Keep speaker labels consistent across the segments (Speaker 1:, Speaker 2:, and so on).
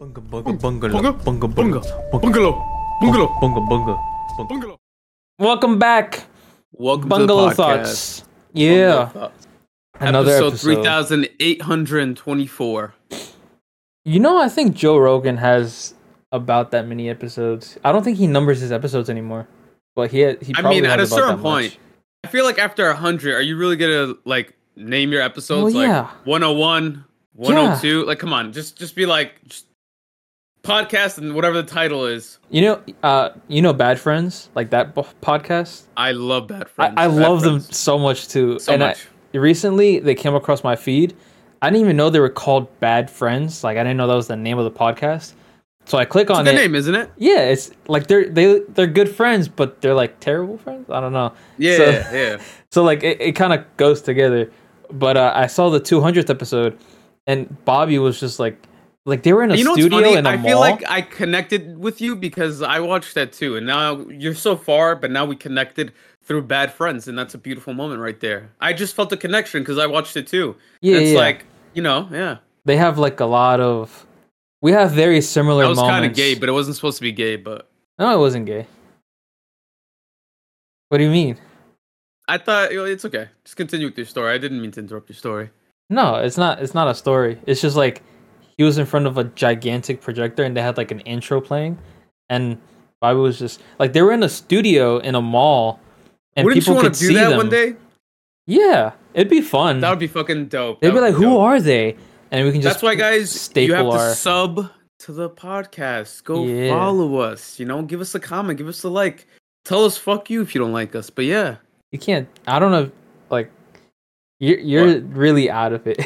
Speaker 1: Bunga bunga bungalow.
Speaker 2: Bunga?
Speaker 1: bunga bunga
Speaker 2: Bunga. Bungalow. Bungalow.
Speaker 1: bunga bunga.
Speaker 2: Bungalow.
Speaker 3: Welcome back,
Speaker 4: Welcome
Speaker 3: Bungalow
Speaker 4: to the podcast.
Speaker 3: Thoughts.
Speaker 4: Bungalow
Speaker 3: Yeah,
Speaker 4: Thoughts.
Speaker 3: another
Speaker 4: episode,
Speaker 3: episode.
Speaker 4: 3824.
Speaker 3: You know, I think Joe Rogan has about that many episodes. I don't think he numbers his episodes anymore, but he he.
Speaker 4: I
Speaker 3: Probably
Speaker 4: mean,
Speaker 3: has
Speaker 4: at a
Speaker 3: about
Speaker 4: certain
Speaker 3: that
Speaker 4: point,
Speaker 3: much.
Speaker 4: I feel like after 100, are you really going to like name your episodes
Speaker 3: Well,
Speaker 4: like
Speaker 3: yeah.
Speaker 4: 101, 102? Like come on, just just be like just podcast and whatever the title is.
Speaker 3: you know, uh, you know, Bad Friends, like that bo- podcast.
Speaker 4: I love Bad Friends.
Speaker 3: I, I
Speaker 4: Bad
Speaker 3: love them
Speaker 4: Friends.
Speaker 3: so much too.
Speaker 4: So
Speaker 3: and I-
Speaker 4: much.
Speaker 3: recently, they came across my feed. I didn't even know they were called Bad Friends. Like I didn't know that was the name of the podcast. So I click on
Speaker 4: It's a
Speaker 3: it.
Speaker 4: good name, isn't it?
Speaker 3: Yeah, it's like they're they they're good friends, but they're like terrible friends. I don't know.
Speaker 4: Yeah,
Speaker 3: So-
Speaker 4: yeah.
Speaker 3: So like it, it kind of goes together. But uh, I saw the 200th episode, and Bobby was just like, like they were in a
Speaker 4: you know what's
Speaker 3: studio
Speaker 4: funny?
Speaker 3: in a
Speaker 4: I
Speaker 3: mall.
Speaker 4: feel like I connected with you because I watched that too, and now you're so far, but now we connected through bad friends, and that's a beautiful moment right there. I just felt a connection because I watched it too.
Speaker 3: yeah,
Speaker 4: it's
Speaker 3: yeah.
Speaker 4: like you know, yeah.
Speaker 3: they have like a lot of. We have very similar.
Speaker 4: I was
Speaker 3: moments.
Speaker 4: kind of gay, but it wasn't supposed to be gay. But
Speaker 3: no, it wasn't gay. What do you mean?
Speaker 4: I thought you know, it's okay. Just continue with your story. I didn't mean to interrupt your story.
Speaker 3: No, it's not. It's not a story. It's just like he was in front of a gigantic projector, and they had like an intro playing, and Bobby was just like they were in a studio in a mall, and
Speaker 4: Wouldn't you
Speaker 3: people
Speaker 4: want
Speaker 3: could
Speaker 4: to do
Speaker 3: see
Speaker 4: that
Speaker 3: them.
Speaker 4: one day?
Speaker 3: Yeah, it'd be fun.
Speaker 4: That would be fucking dope.
Speaker 3: They'd
Speaker 4: That
Speaker 3: be
Speaker 4: would
Speaker 3: like, "Who
Speaker 4: dope.
Speaker 3: are they?" And we can just
Speaker 4: That's why, guys, you have
Speaker 3: staple
Speaker 4: to
Speaker 3: our-
Speaker 4: sub to the podcast. Go
Speaker 3: Yeah.
Speaker 4: follow us. You know, give us a comment, give us a like. Tell us fuck you if you don't like us. But yeah,
Speaker 3: you can't. I don't know. Like you're you're really out of it.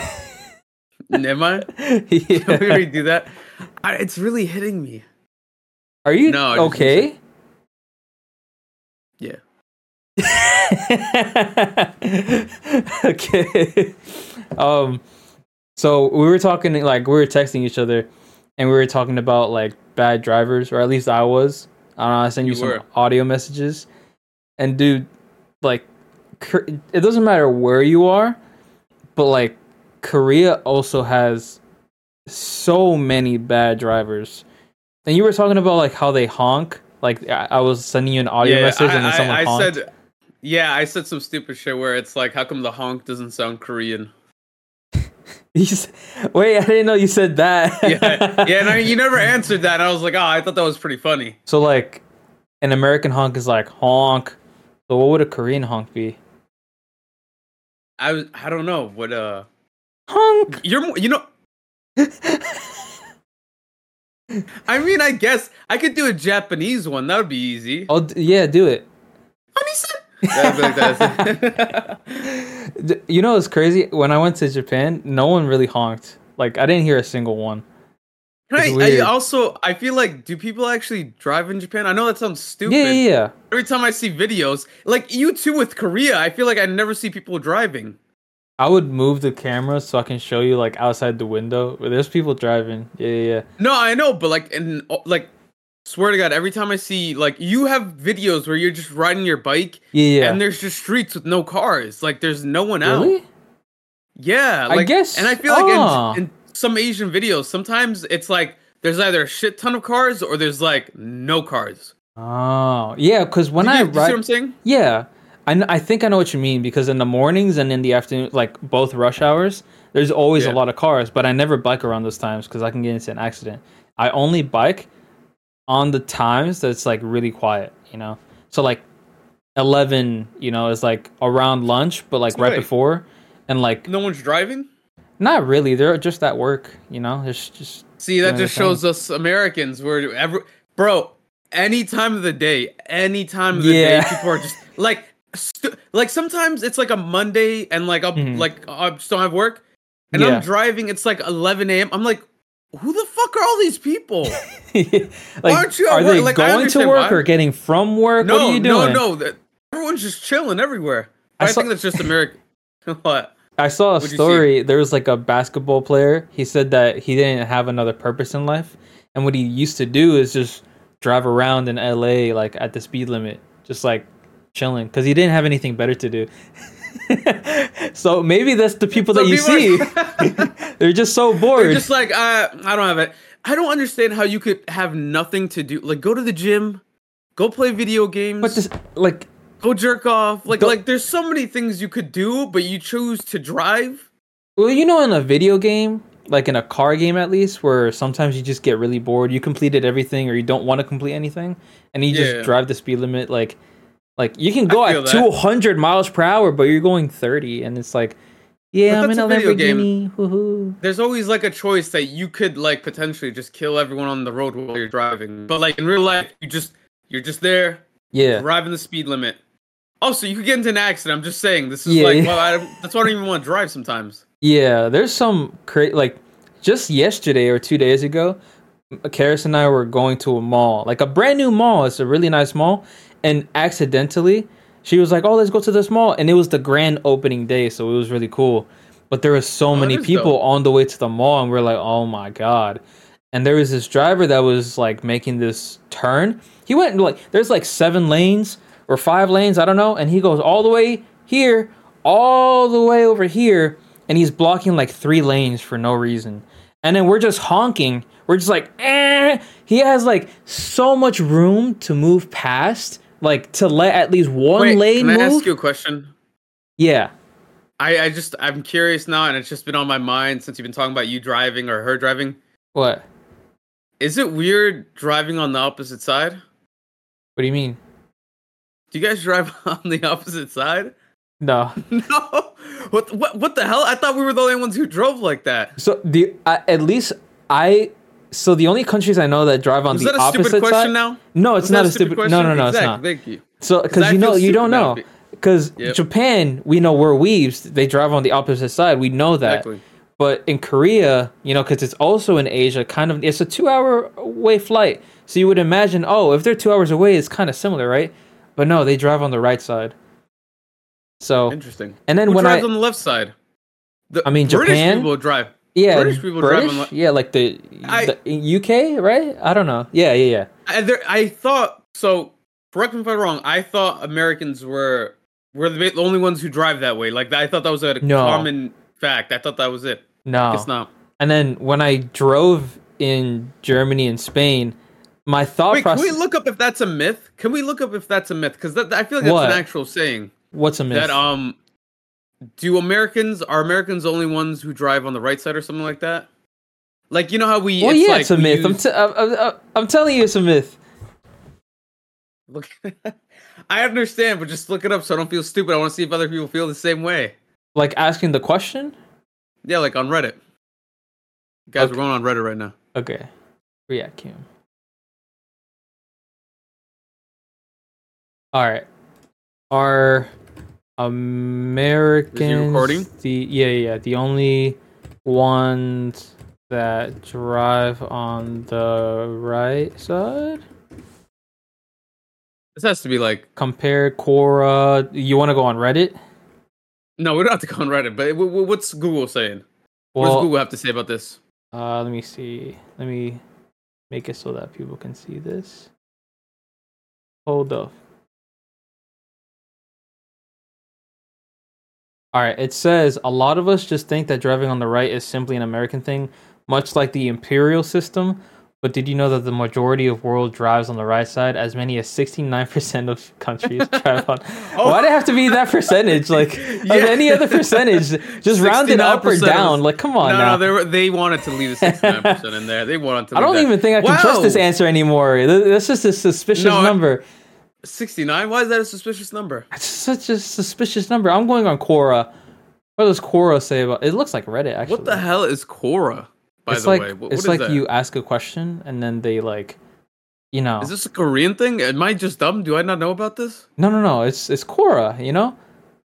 Speaker 4: am I? Can we
Speaker 3: Yeah.
Speaker 4: already do that? I, it's really hitting me.
Speaker 3: Are you
Speaker 4: No, I just
Speaker 3: okay?
Speaker 4: Yeah.
Speaker 3: okay. Um so we were talking like we were texting each other and we were talking about like bad drivers or at least I was. I don't know, I sent you,
Speaker 4: You
Speaker 3: some
Speaker 4: were.
Speaker 3: audio messages. And dude like Kor- it doesn't matter where you are, but like Korea also has so many bad drivers. And you were talking about like how they honk. Like I, I was sending you an audio message and then someone honked.
Speaker 4: said, yeah, I said some stupid shit where it's like, how come the honk doesn't sound Korean?
Speaker 3: You s- Wait, I didn't know you said that.
Speaker 4: Yeah, yeah, and I, you never answered that. And I was like, oh, I thought that was pretty funny.
Speaker 3: So like, an American honk is like honk. So what would a Korean honk be?
Speaker 4: I was, I don't know what. Uh,
Speaker 3: Honk.
Speaker 4: you're, more- you know, I mean, I guess I could do a Japanese one. That would be easy.
Speaker 3: Oh d- yeah, do it.
Speaker 4: That'd be like that.
Speaker 3: D- You know what's crazy? When I went to Japan, no one really honked. Like I didn't hear a single one.
Speaker 4: Can
Speaker 3: It's
Speaker 4: I, I
Speaker 3: weird.
Speaker 4: also, I feel like, do people actually drive in Japan? I know that sounds stupid.
Speaker 3: Yeah, yeah, yeah.
Speaker 4: Every time I see videos, like you too with Korea, I feel like I never see people driving.
Speaker 3: I would move the camera so I can show you like outside the window. But there's people driving. Yeah, yeah, yeah.
Speaker 4: No, I know, but like, and like, swear to God, every time I see, like, you have videos where you're just riding your bike
Speaker 3: Yeah, yeah.
Speaker 4: and there's just streets with no cars. Like, there's no one out.
Speaker 3: really?
Speaker 4: Yeah,
Speaker 3: I
Speaker 4: like,
Speaker 3: guess-
Speaker 4: and I feel like
Speaker 3: ah.
Speaker 4: in, in some Asian videos, sometimes it's like there's either a shit ton of cars or there's like no cars.
Speaker 3: Oh, yeah. Because when
Speaker 4: Do
Speaker 3: I
Speaker 4: you, do you see
Speaker 3: ride,
Speaker 4: what I'm saying?
Speaker 3: yeah, I, kn- I think I know what you mean. Because in the mornings and in the afternoon, like both rush hours, there's always a
Speaker 4: Yeah.
Speaker 3: lot of cars. But I never bike around those times because I can get into an accident. I only bike on the times that's like really quiet. You know, so like eleven, you know, is like around lunch, but like right
Speaker 4: Right.
Speaker 3: before, and like
Speaker 4: No one's driving.
Speaker 3: Not really. They're just at work, you know. It's just
Speaker 4: See, that
Speaker 3: Yeah,
Speaker 4: just
Speaker 3: I know.
Speaker 4: shows us Americans where every bro, any time of the day, any time of the
Speaker 3: Yeah.
Speaker 4: day, people are just like, stu- like sometimes it's like a Monday and like I'm
Speaker 3: Mhm.
Speaker 4: like I just don't have work, and
Speaker 3: Yeah.
Speaker 4: I'm driving. It's like 11 a.m. I'm like, who the fuck are all these people?
Speaker 3: like
Speaker 4: aren't you at
Speaker 3: are they
Speaker 4: work? Like, I
Speaker 3: going to
Speaker 4: understand
Speaker 3: work
Speaker 4: why.
Speaker 3: or getting from work? what are
Speaker 4: no,
Speaker 3: you
Speaker 4: no,
Speaker 3: doing?
Speaker 4: no, that Everyone's just chilling everywhere.
Speaker 3: I
Speaker 4: I,
Speaker 3: saw-
Speaker 4: think that's just America. what?
Speaker 3: I saw a
Speaker 4: What'd you see?
Speaker 3: story. There was like a basketball player. He said that he didn't have another purpose in life, and what he used to do is just drive around in L.A. like at the speed limit, just like chilling, because he didn't have anything better to do. so maybe that's the people
Speaker 4: So
Speaker 3: that you
Speaker 4: people are-
Speaker 3: see. They're just so bored.
Speaker 4: They're just like, uh, I don't have it. I don't understand how you could have nothing to do. Like, go to the gym, go play video games,
Speaker 3: But this, like,
Speaker 4: go Oh, jerk off. Like,
Speaker 3: Don't-
Speaker 4: like there's so many things you could do, but you choose to drive.
Speaker 3: well, you know, in a video game, like in a car game at least, where sometimes you just get really bored. You completed everything, or you don't want to complete anything, and you
Speaker 4: Yeah.
Speaker 3: just drive the speed limit. Like, like you can go
Speaker 4: feel
Speaker 3: at
Speaker 4: that.
Speaker 3: two hundred miles per hour, but you're going thirty, and it's like, yeah,
Speaker 4: But
Speaker 3: I'm in
Speaker 4: that's
Speaker 3: a
Speaker 4: a video game.
Speaker 3: Lamborghini. Woohoo.
Speaker 4: There's always like a choice that you could like potentially just kill everyone on the road while you're driving. But like in real life, you just you're just there
Speaker 3: Yeah,
Speaker 4: driving the speed limit. Also, you could get into an accident. I'm just saying this is
Speaker 3: Yeah,
Speaker 4: like
Speaker 3: yeah.
Speaker 4: well, I, don't- that's why I don't even want to drive sometimes.
Speaker 3: Yeah, there's some cra- like just yesterday or two days ago, Karis and I were going to a mall, like a brand new mall. It's a really nice mall, and accidentally, she was like, "Oh, let's go to this mall," and it was the grand opening day, so it was really cool. But there were so many
Speaker 4: Oh, that is
Speaker 3: people
Speaker 4: dope.
Speaker 3: on the way to the mall, and we are like, "Oh my god!" And there was this driver that was like making this turn. He went like there's like seven lanes or five lanes, I don't know, and he goes all the way here, all the way over here, and he's blocking like three lanes for no reason. And then we're just honking. We're just like, eh. He has like so much room to move past, like to let at least one
Speaker 4: Wait,
Speaker 3: lane
Speaker 4: can I
Speaker 3: move.
Speaker 4: ask you a question?
Speaker 3: yeah.
Speaker 4: I, I just I'm curious now, and it's just been on my mind since you've been talking about you driving or her driving.
Speaker 3: What?
Speaker 4: Is it weird driving on the opposite side?
Speaker 3: What do you mean?
Speaker 4: Do you guys drive on the opposite side?
Speaker 3: No.
Speaker 4: No. What what what the hell? I thought we were the only ones who drove like that.
Speaker 3: So the I at least I so the only countries I know that drive on
Speaker 4: Is
Speaker 3: the
Speaker 4: that a
Speaker 3: opposite
Speaker 4: stupid
Speaker 3: side.
Speaker 4: question now?
Speaker 3: No, it's
Speaker 4: Is that
Speaker 3: not a stupid. no, no, no,
Speaker 4: exactly.
Speaker 3: it's not.
Speaker 4: Thank you.
Speaker 3: So
Speaker 4: 'Cause
Speaker 3: because
Speaker 4: I
Speaker 3: you know
Speaker 4: feel
Speaker 3: you don't
Speaker 4: stupid
Speaker 3: know
Speaker 4: now.
Speaker 3: because
Speaker 4: Yep.
Speaker 3: Japan we know we're weaves. They drive on the opposite side. We know that.
Speaker 4: Exactly.
Speaker 3: But in Korea, you know, because it's also in Asia, kind of it's a two-hour away flight. So you would imagine, oh, if they're two hours away, it's kind of similar, right? But no, they drive on the right side. So
Speaker 4: Interesting.
Speaker 3: and then
Speaker 4: Who
Speaker 3: when
Speaker 4: drives
Speaker 3: I
Speaker 4: on the left side? The
Speaker 3: I mean,
Speaker 4: British
Speaker 3: Japan?
Speaker 4: people drive.
Speaker 3: yeah
Speaker 4: British people drive on
Speaker 3: British?
Speaker 4: the-
Speaker 3: yeah like the,
Speaker 4: I-
Speaker 3: the UK right? I don't know. Yeah, yeah, yeah.
Speaker 4: I, there, I thought so. Correct me if I'm wrong. I thought Americans were were the, the only ones who drive that way. Like I thought that was a
Speaker 3: No.
Speaker 4: common fact. I thought that was it.
Speaker 3: No,
Speaker 4: It's not.
Speaker 3: And then when I drove in Germany and Spain, my thought
Speaker 4: Wait, can
Speaker 3: process.
Speaker 4: we look up if that's a myth? Can we look up if that's a myth? Because that, I feel like that's
Speaker 3: What?
Speaker 4: an actual saying.
Speaker 3: what's a myth?
Speaker 4: That um, do Americans are Americans the only ones who drive on the right side or something like that? Like you know how we?
Speaker 3: well,
Speaker 4: it's
Speaker 3: yeah,
Speaker 4: like
Speaker 3: it's a
Speaker 4: we
Speaker 3: myth. I'm,
Speaker 4: use-
Speaker 3: t- I'm, I'm- I'm, I'm telling you, it's a myth.
Speaker 4: look, I understand, but just look it up so I don't feel stupid. I want to see if other people feel the same way.
Speaker 3: Like asking the question.
Speaker 4: Yeah, like on Reddit. Guys,
Speaker 3: Okay.
Speaker 4: we're going on Reddit right now.
Speaker 3: Okay, react Kim. All right, are Americans
Speaker 4: recording?
Speaker 3: the yeah yeah yeah, the only ones that drive on the right side?
Speaker 4: This has to be like
Speaker 3: compare Quora. You want to go on Reddit?
Speaker 4: no, we don't have to go on Reddit. But w- w- what's Google saying? what does
Speaker 3: Well,
Speaker 4: Google have to say about this?
Speaker 3: uh, let me see. Let me make it so that people can see this. Hold up. All right. It says a lot of us just think that driving on the right is simply an American thing, much like the imperial system. But did you know that the majority of world drives on the right side? As many as sixty nine percent of countries drive on.
Speaker 4: Oh.
Speaker 3: Why do it have to be that percentage? Like of
Speaker 4: Yeah.
Speaker 3: any other percentage, just round it up or
Speaker 4: 69%
Speaker 3: down. Like come on
Speaker 4: no,
Speaker 3: now.
Speaker 4: no, they were, they wanted to leave the sixty nine percent in there. They wanted to.
Speaker 3: I
Speaker 4: leave
Speaker 3: don't
Speaker 4: that.
Speaker 3: even think I can trust this
Speaker 4: Wow!
Speaker 3: answer anymore. Th- That's just a suspicious
Speaker 4: No, I-
Speaker 3: number.
Speaker 4: 69? Why is that a suspicious number?
Speaker 3: It's such a suspicious number. I'm going on Quora. What does Quora say about it? Looks like Reddit actually.
Speaker 4: What the hell is Quora, by
Speaker 3: it's
Speaker 4: the
Speaker 3: like
Speaker 4: way? What, what
Speaker 3: it's
Speaker 4: is
Speaker 3: like
Speaker 4: that?
Speaker 3: you ask a question and then they like, you know,
Speaker 4: Is this a Korean thing? Am I just dumb? Do I not know about this?
Speaker 3: no, no, no. It's it's Quora. You know,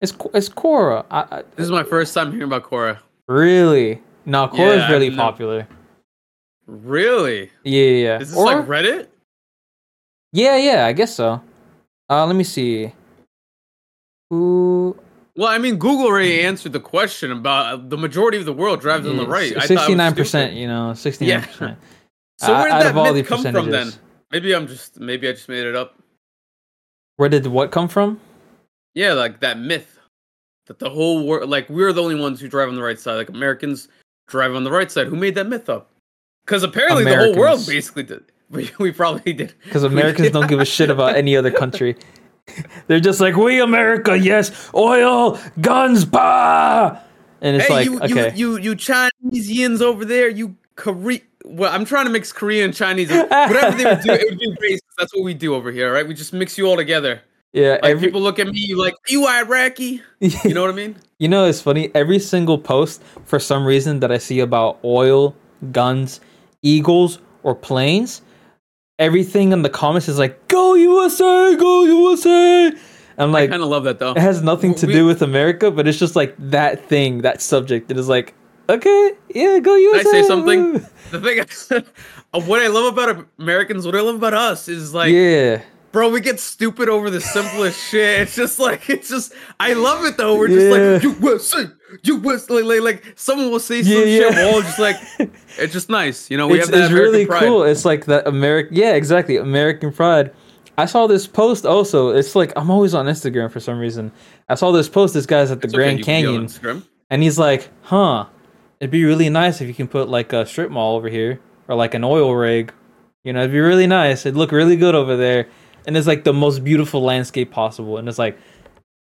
Speaker 3: it's Qu- it's Quora. I, I,
Speaker 4: This is my first time hearing about Quora.
Speaker 3: really, no, Quora
Speaker 4: Yeah,
Speaker 3: is really
Speaker 4: no.
Speaker 3: popular.
Speaker 4: Really?
Speaker 3: Yeah, yeah. yeah.
Speaker 4: Is this
Speaker 3: Or-
Speaker 4: like Reddit?
Speaker 3: yeah, yeah. I guess so. Uh, let me see. Who
Speaker 4: Well, I mean, Google
Speaker 3: Hmm.
Speaker 4: already answered the question about uh, the majority of the world drives on the right. I thought it was
Speaker 3: Sixty-nine percent,
Speaker 4: stupid.
Speaker 3: you know, sixty-nine percent.
Speaker 4: So where did
Speaker 3: out
Speaker 4: that
Speaker 3: of all the
Speaker 4: myth come from then?
Speaker 3: percentages.
Speaker 4: Maybe I'm just maybe I just made it up.
Speaker 3: Where did what come from?
Speaker 4: Yeah, like that myth that the whole world, like we're the only ones who drive on the right side. Like Americans drive on the right side. Who made that myth up? Because apparently the whole world
Speaker 3: Americans.
Speaker 4: basically did. We, we probably did.
Speaker 3: because Americans don't give a shit about any other country. They're just like, we America, yes, oil, guns, bah! And it's
Speaker 4: Hey,
Speaker 3: like,
Speaker 4: you,
Speaker 3: okay.
Speaker 4: you, you, you Chinese yins over there, you Korean. Well, I'm trying to mix Korean and Chinese. Whatever they would do, it would be racist. That's what we do over here, right? We just mix you all together.
Speaker 3: yeah,
Speaker 4: Like
Speaker 3: every,
Speaker 4: people look at me, you like, you Iraqi. You know what I mean?
Speaker 3: You know, it's funny. Every single post, for some reason, that I see about oil, guns, eagles, or planes, everything in the comments is like, "Go USA, go USA." I'm like,
Speaker 4: Kind of love that though.
Speaker 3: it has nothing to
Speaker 4: we-
Speaker 3: do with America, but it's just like that thing, that subject. It is like, okay, yeah, go
Speaker 4: Can I
Speaker 3: USA.
Speaker 4: say something?
Speaker 3: woo."
Speaker 4: The thing, is, uh, what I love about Americans, what I love about us is like,
Speaker 3: yeah,
Speaker 4: bro, we get stupid over the simplest shit. It's just like, it's just, I love it though. We're just
Speaker 3: Yeah.
Speaker 4: like, USA, USA, like, like, like someone will say some
Speaker 3: Yeah,
Speaker 4: shit,
Speaker 3: yeah.
Speaker 4: we're all just like, it's just nice, you know. We
Speaker 3: it's,
Speaker 4: have that
Speaker 3: it's
Speaker 4: American
Speaker 3: really
Speaker 4: pride.
Speaker 3: cool. It's like that American, yeah, exactly, American pride. I saw this post also. It's like I'm always on Instagram for some reason. I saw this post. This guy's at the
Speaker 4: It's okay,
Speaker 3: Grand
Speaker 4: you can be on
Speaker 3: Canyon,
Speaker 4: Instagram.
Speaker 3: and he's like, "Huh, it'd be really nice if you can put like a strip mall over here or like an oil rig. You know, it'd be really nice. It'd look really good over there." And it's like the most beautiful landscape possible. And it's like,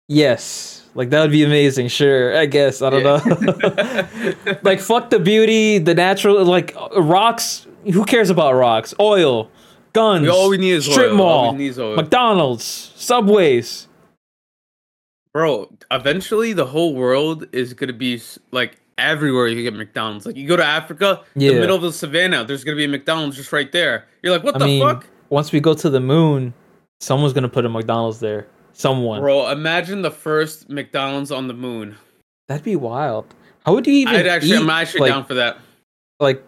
Speaker 3: yes, like that would be amazing. Sure, I guess I don't know. like fuck the beauty, the natural, like uh, rocks. Who cares about rocks? Oil, guns.
Speaker 4: We- all we need is
Speaker 3: strip
Speaker 4: oil. All
Speaker 3: mall,
Speaker 4: we need is oil.
Speaker 3: McDonald's, subways.
Speaker 4: Bro, eventually the whole world is gonna be s- like everywhere you get McDonald's. Like you go to Africa,
Speaker 3: Yeah.
Speaker 4: the middle of the savannah, there's gonna be a McDonald's just right there. You're like, what
Speaker 3: I
Speaker 4: the
Speaker 3: mean,
Speaker 4: fuck?
Speaker 3: once we go to the moon, someone's gonna put a McDonald's there. Someone.
Speaker 4: Bro, imagine the first McDonald's on the moon.
Speaker 3: That'd be wild. How would you even?
Speaker 4: I'd actually,
Speaker 3: eat,
Speaker 4: I'm actually
Speaker 3: like,
Speaker 4: down for that.
Speaker 3: like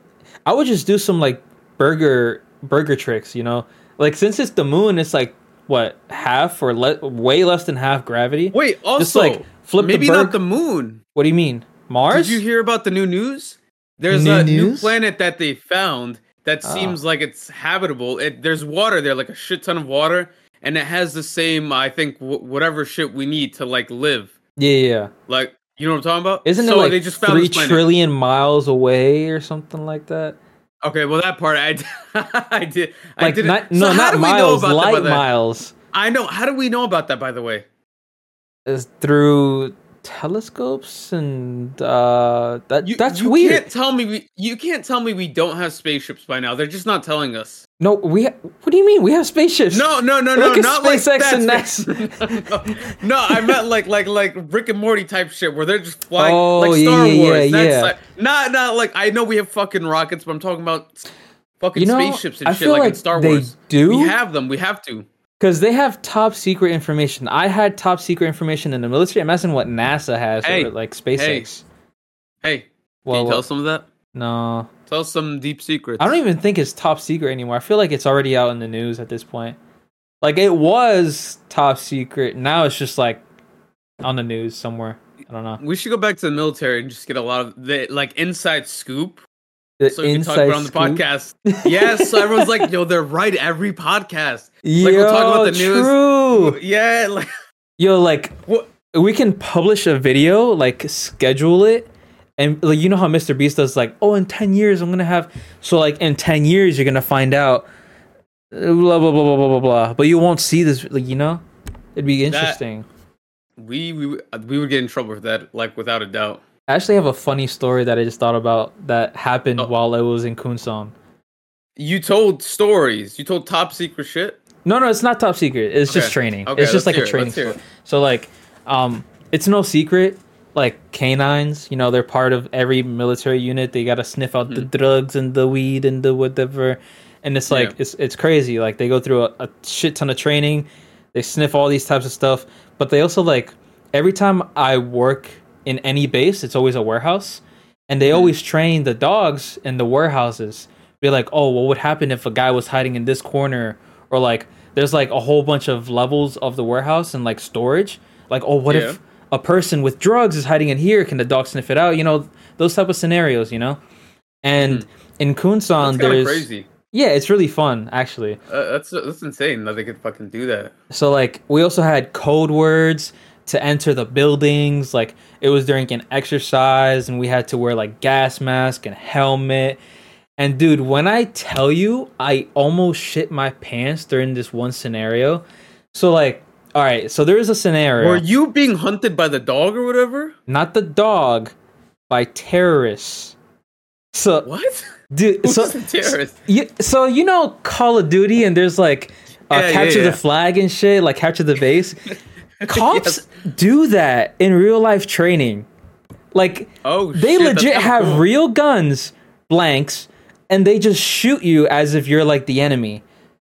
Speaker 3: I would just do some like burger burger tricks, you know. Like since it's the moon, it's like what half or le- way less than half gravity.
Speaker 4: Wait, also,
Speaker 3: just like flip the
Speaker 4: maybe
Speaker 3: bird-
Speaker 4: not the moon.
Speaker 3: What do you mean, Mars?
Speaker 4: Did you hear about the new news? There's
Speaker 3: New
Speaker 4: a new
Speaker 3: news? Ah.
Speaker 4: planet that they found that seems like it's habitable. It, there's water there, like a shit ton of water, and it has the same, I think, w- whatever shit we need to like live.
Speaker 3: yeah, yeah, yeah.
Speaker 4: Like, you know what I'm talking about?
Speaker 3: Isn't
Speaker 4: so
Speaker 3: it like
Speaker 4: they just found
Speaker 3: three
Speaker 4: this planet.
Speaker 3: trillion miles away or something like that?
Speaker 4: Okay, well that part I, d- I did, I
Speaker 3: Like
Speaker 4: did.
Speaker 3: not, no, not miles, light miles.
Speaker 4: I know. How do we know about that? By the way,
Speaker 3: Is through telescopes and uh, that
Speaker 4: You-
Speaker 3: that's
Speaker 4: you
Speaker 3: weird.
Speaker 4: Can't tell me we, you can't tell me we don't have spaceships by now. They're just not telling us.
Speaker 3: No, we. Ha- what do you mean? We have spaceships.
Speaker 4: No, no, no,
Speaker 3: Look
Speaker 4: no,
Speaker 3: at
Speaker 4: not
Speaker 3: SpaceX
Speaker 4: like that.
Speaker 3: and
Speaker 4: NASA. no, I meant like like like Rick and Morty type shit where they're just flying
Speaker 3: Oh,
Speaker 4: like Star
Speaker 3: yeah, yeah, yeah,
Speaker 4: Wars. That's
Speaker 3: yeah.
Speaker 4: like not not like I know we have fucking rockets, but I'm talking about s- fucking
Speaker 3: You know,
Speaker 4: spaceships and
Speaker 3: I
Speaker 4: shit
Speaker 3: feel
Speaker 4: like, in
Speaker 3: like
Speaker 4: Star
Speaker 3: they
Speaker 4: Wars.
Speaker 3: do.
Speaker 4: We have them. We have to.
Speaker 3: Because they have top secret information. I had top secret information in the military. Imagine what NASA has,
Speaker 4: Hey,
Speaker 3: or like SpaceX.
Speaker 4: Hey,
Speaker 3: Well,
Speaker 4: can you tell us some of that?
Speaker 3: no,
Speaker 4: Tell us some deep secrets.
Speaker 3: I don't even think it's top secret anymore. I feel like it's already out in the news at this point. Like it was top secret. Now it's just like on the news somewhere. I don't know.
Speaker 4: We should go back to the military and just get a lot of the like inside scoop.
Speaker 3: The
Speaker 4: So we can talk about it on the
Speaker 3: scoop.
Speaker 4: podcast. yes, so everyone's like, yo, they're right every podcast.
Speaker 3: Yo,
Speaker 4: we'll talk about the news.
Speaker 3: true.
Speaker 4: Yeah, like
Speaker 3: Yo, like
Speaker 4: what?
Speaker 3: we can publish a video, like schedule it, and like you know how Mr. Beast does, like, oh, in ten years I'm gonna have. So like in ten years you're gonna find out, uh, blah blah blah blah blah blah blah. But you won't see this, like you know, it'd be interesting.
Speaker 4: We we would- we would get in trouble for that, like without a doubt.
Speaker 3: I actually have a funny story that I just thought about that happened
Speaker 4: Oh.
Speaker 3: while I was in Kunsan.
Speaker 4: You told stories. You told top secret shit.
Speaker 3: No, no, it's not top secret. It's just
Speaker 4: Okay.
Speaker 3: training.
Speaker 4: Okay,
Speaker 3: it's just
Speaker 4: let's
Speaker 3: like a
Speaker 4: hear it,
Speaker 3: training.
Speaker 4: let's hear
Speaker 3: story.
Speaker 4: it.
Speaker 3: So like, um, it's no secret. Like canines, you know, they're part of every military unit. They gotta sniff out the drugs and the weed and the whatever. And it's like
Speaker 4: Mm-hmm. Yeah.
Speaker 3: it's it's crazy. Like they go through a, a shit ton of training. They sniff all these types of stuff. But they also like every time I work in any base, it's always a warehouse and
Speaker 4: Hmm.
Speaker 3: they always train the dogs in the warehouses be like oh what would happen if a guy was hiding in this corner or like there's like a whole bunch of levels of the warehouse and like storage like oh what
Speaker 4: Yeah.
Speaker 3: if a person with drugs is hiding in here can the dog sniff it out you know those type of scenarios you know and in
Speaker 4: Hmm. That's
Speaker 3: kunsan
Speaker 4: kind
Speaker 3: there's
Speaker 4: of crazy.
Speaker 3: yeah it's really fun actually
Speaker 4: Uh, that's that's insane that they could fucking do that.
Speaker 3: so like we also had code words to enter the buildings. Like it was during an exercise, and we had to wear like gas mask and helmet. And dude, when I tell you, I almost shit my pants during this one scenario. So like, all right, so there is a scenario.
Speaker 4: Were you being hunted by the dog or whatever?
Speaker 3: not the dog by terrorists. So
Speaker 4: What?
Speaker 3: dude,
Speaker 4: Who's
Speaker 3: so
Speaker 4: the terrorist?
Speaker 3: you, so you know Call of Duty and there's like uh,
Speaker 4: Yeah, yeah,
Speaker 3: capture
Speaker 4: yeah.
Speaker 3: the flag and shit, like capture the base. Cops do that in real life training. Like
Speaker 4: Oh,
Speaker 3: they
Speaker 4: shit, that's
Speaker 3: legit
Speaker 4: kinda
Speaker 3: have
Speaker 4: cool.
Speaker 3: real guns, blanks, and they just shoot you as if you're like the enemy.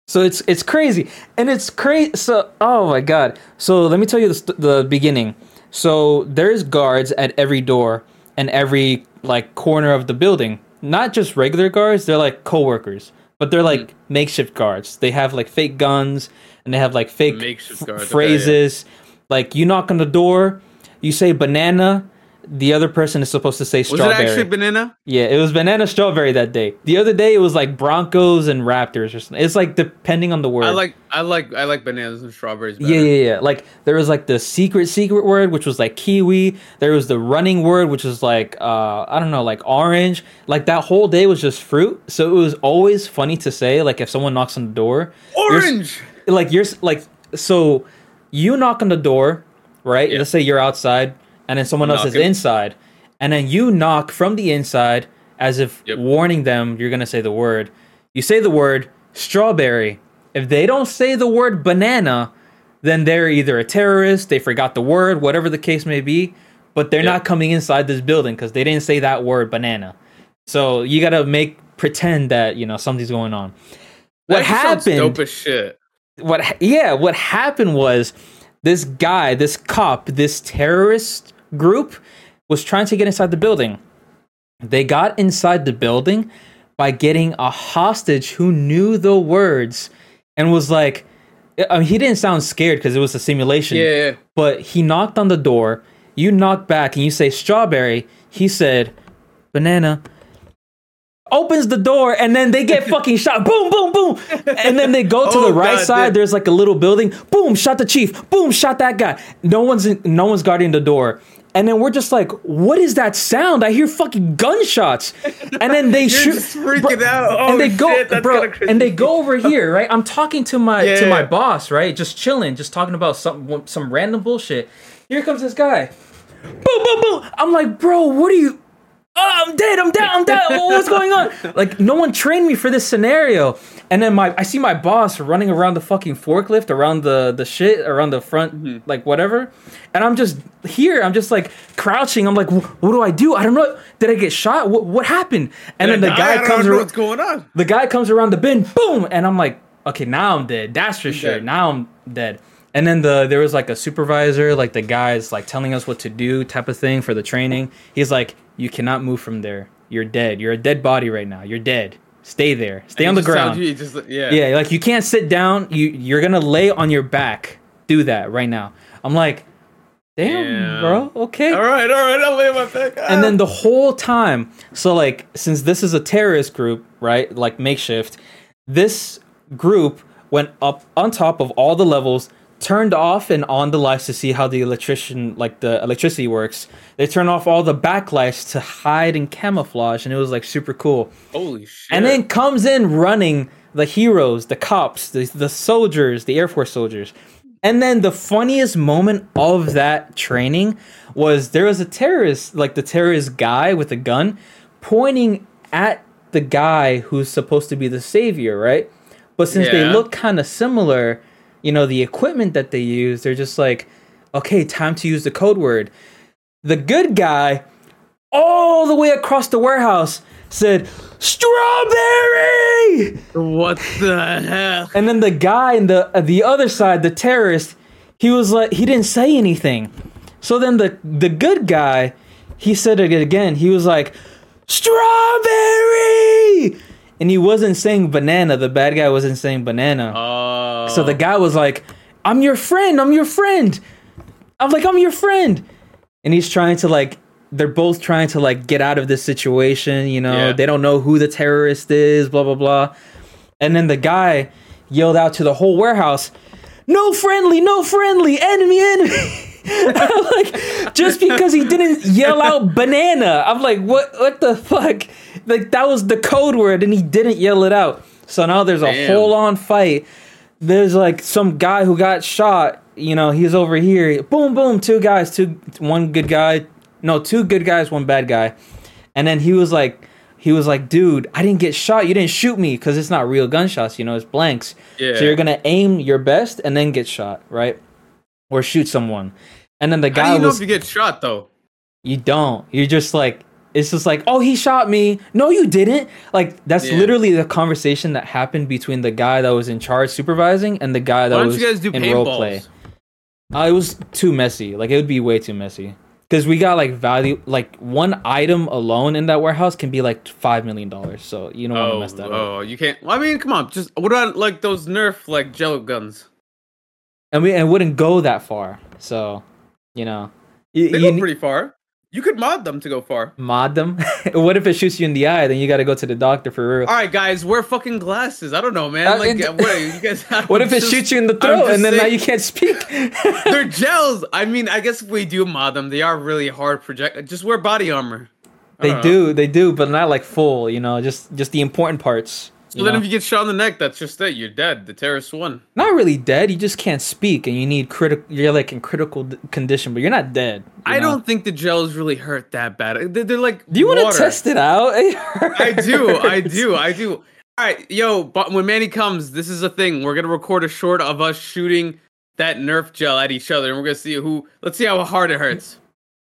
Speaker 3: So it's it's crazy, and it's crazy. So oh my god. So let me tell you the, st- the beginning. So there's guards at every door and every like corner of the building. Not just regular guards; they're like coworkers, but they're like
Speaker 4: Hmm.
Speaker 3: makeshift guards. They have like fake guns and they have like fake
Speaker 4: Makeshift
Speaker 3: f-
Speaker 4: guards, okay, yeah.
Speaker 3: phrases. Like you knock on the door, you say banana. The other person is supposed to say
Speaker 4: Was
Speaker 3: strawberry.
Speaker 4: it actually banana?
Speaker 3: Yeah, it was banana strawberry that day. The other day it was like Broncos and Raptors or something. It's like depending on the word.
Speaker 4: I like I like I like bananas and strawberries. Better.
Speaker 3: yeah, yeah, yeah. Like there was like the secret secret word which was like kiwi. There was the running word which was like uh I don't know, like orange. Like that whole day was just fruit. So it was always funny to say like if someone knocks on the door, you're s-
Speaker 4: Orange.
Speaker 3: like you're s- like so you knock on the door right
Speaker 4: Yeah.
Speaker 3: let's say you're outside and then someone else is
Speaker 4: Knocking.
Speaker 3: inside and then you knock from the inside as if
Speaker 4: Yep.
Speaker 3: warning them you're gonna say the word you say the word strawberry if they don't say the word banana then they're either a terrorist they forgot the word whatever the case may be but they're
Speaker 4: Yep.
Speaker 3: not coming inside this building because they didn't say that word banana so you gotta make pretend that you know something's going on what
Speaker 4: That sounds
Speaker 3: happened
Speaker 4: Dope as shit.
Speaker 3: what ha- yeah what happened was this guy this cop this terrorist group was trying to get inside the building they got inside the building by getting a hostage who knew the words and was like I mean, he didn't sound scared because it was a simulation
Speaker 4: Yeah, yeah.
Speaker 3: but he knocked on the door. You knock back and you say strawberry. He said banana. Opens the door and then they get fucking shot. Boom, boom, boom. And then they go to
Speaker 4: Oh,
Speaker 3: the right
Speaker 4: God,
Speaker 3: side.
Speaker 4: dude.
Speaker 3: There's like a little building. Boom, shot the chief. Boom, shot that guy. No one's in, no one's guarding the door. And then we're just like, what is that sound? I hear fucking gunshots. And then they
Speaker 4: You're
Speaker 3: shoot.
Speaker 4: just freaking out. Oh,
Speaker 3: and they
Speaker 4: shit,
Speaker 3: go,
Speaker 4: that's
Speaker 3: bro.
Speaker 4: kinda crazy.
Speaker 3: And they go over here, right? I'm talking to my
Speaker 4: Yeah,
Speaker 3: to
Speaker 4: yeah,
Speaker 3: my
Speaker 4: yeah.
Speaker 3: boss, right? Just chilling, just talking about some some random bullshit. Here comes this guy. Boom, boom, boom. I'm like, bro, what are you? Oh, I'm dead. I'm dead. I'm dead. Wha- What's going on? Like, no one trained me for this scenario. And then my, I see my boss running around the fucking forklift, around the the shit, around the front,
Speaker 4: Mm-hmm.
Speaker 3: like whatever. And I'm just here. I'm just like crouching. I'm like, "Wh- what do I do? I don't know. Did I get shot? What what happened? And then the
Speaker 4: I-
Speaker 3: guy
Speaker 4: I don't
Speaker 3: comes.
Speaker 4: know
Speaker 3: ar-
Speaker 4: what's going on.
Speaker 3: the guy comes around the bend, boom, and I'm like, okay, now I'm dead. That's for sure.
Speaker 4: dead.
Speaker 3: Now I'm dead. And then the there was like a supervisor, like the guys like telling us what to do, type of thing for the training. He's like, you cannot move from there. You're dead. You're a dead body right now. You're dead. Stay there. Stay on the
Speaker 4: Just sound-
Speaker 3: ground.
Speaker 4: you just- yeah.
Speaker 3: Yeah, like you can't sit down. You you're gonna lay on your back. Do that right now. I'm like, damn,
Speaker 4: Yeah.
Speaker 3: bro. Okay
Speaker 4: All right, all right. I'll lay my back. Ah.
Speaker 3: and then the whole time so like since this is a terrorist group right like makeshift this group went up on top of all the levels turned off and on the lights to see how the electrician like the electricity works they turn off all the backlights to hide and camouflage and it was like super cool
Speaker 4: holy shit.
Speaker 3: and then comes in running the heroes, the cops, the, the soldiers, the Air Force soldiers. And then the funniest moment of that training was there was a terrorist, like the terrorist guy with a gun, pointing at the guy who's supposed to be the savior, right? But since they
Speaker 4: Yeah.
Speaker 3: look kind of similar, you know, the equipment that they use, they're just like, okay, time to use the code word. The good guy all the way across the warehouse said strawberry
Speaker 4: what the hell?
Speaker 3: and then the guy in the uh, the other side the terrorist he was like he didn't say anything so then the the good guy he said it again he was like strawberry and he wasn't saying banana the bad guy wasn't saying banana
Speaker 4: Oh,
Speaker 3: so the guy was like, "I'm your friend. I'm your friend." I'm like, "I'm your friend," and he's trying to like. They're both trying to like get out of this situation. You know,
Speaker 4: Yeah.
Speaker 3: they don't know who the terrorist is. Blah blah blah. And then the guy yelled out to the whole warehouse, "No friendly, no friendly, enemy, enemy." I'm like just because he didn't yell out banana, I'm like, what? What the fuck? like that was the code word, and he didn't yell it out. So now there's a
Speaker 4: Damn.
Speaker 3: full on fight. There's like some guy who got shot. You know, he's over here. Boom, boom. Two guys, two, one good guy. No, two good guys, one bad guy. And then he was like, he was like, dude, I didn't get shot. You didn't shoot me because it's not real gunshots. You know, it's blanks.
Speaker 4: Yeah.
Speaker 3: So you're gonna aim your best and then get shot, right? Or shoot someone. And then the
Speaker 4: How do
Speaker 3: guy
Speaker 4: you know
Speaker 3: was
Speaker 4: if you get shot though?
Speaker 3: you don't. You're just like it's just like, oh, he shot me. No, you didn't. Like that's
Speaker 4: Yeah.
Speaker 3: literally the conversation that happened between the guy that was in charge supervising and the guy that
Speaker 4: Why don't
Speaker 3: was
Speaker 4: you guys do
Speaker 3: in role play.
Speaker 4: paintballs?
Speaker 3: Uh, it was too messy. Like it would be way too messy because we got like value. Like one item alone in that warehouse can be like five million dollars. So you don't want to
Speaker 4: Oh,
Speaker 3: mess that up.
Speaker 4: oh, you can't. Well, I mean, come on. Just what about like those Nerf like Jello guns?
Speaker 3: And we and it wouldn't go that far. So you know, you,
Speaker 4: They
Speaker 3: you
Speaker 4: go
Speaker 3: ne-
Speaker 4: pretty far. You could mod them to go far.
Speaker 3: mod them. what if it shoots you in the eye? Then you got to go to the doctor for real.
Speaker 4: All right, guys, wear fucking glasses. I don't know, man.
Speaker 3: Uh,
Speaker 4: like,
Speaker 3: it-
Speaker 4: uh, what are you you guys? I'm
Speaker 3: What if it
Speaker 4: just-
Speaker 3: shoots you in the
Speaker 4: I'm
Speaker 3: throat
Speaker 4: just
Speaker 3: and then now
Speaker 4: saying-
Speaker 3: you can't speak?
Speaker 4: They're gels. I mean, I guess if we do mod them, they are really hard project. Just wear body armor. I
Speaker 3: they
Speaker 4: don't know.
Speaker 3: do, they do, but not like full, you know, just just the important parts.
Speaker 4: So
Speaker 3: you
Speaker 4: then,
Speaker 3: know?
Speaker 4: if you get shot in the neck, that's just it. You're dead. The terrorist won.
Speaker 3: not really dead, you just can't speak and you need critical you're like in critical d- condition, but you're not dead. you
Speaker 4: I
Speaker 3: know?
Speaker 4: don't think the gels really hurt that bad. They're, they're like.
Speaker 3: Do you want
Speaker 4: water.
Speaker 3: to test it out?
Speaker 4: I do. I do. I do. All right, yo. But when Manny comes, this is a thing. We're gonna record a short of us shooting that Nerf gel at each other, and we're gonna see who. Let's see how hard it hurts.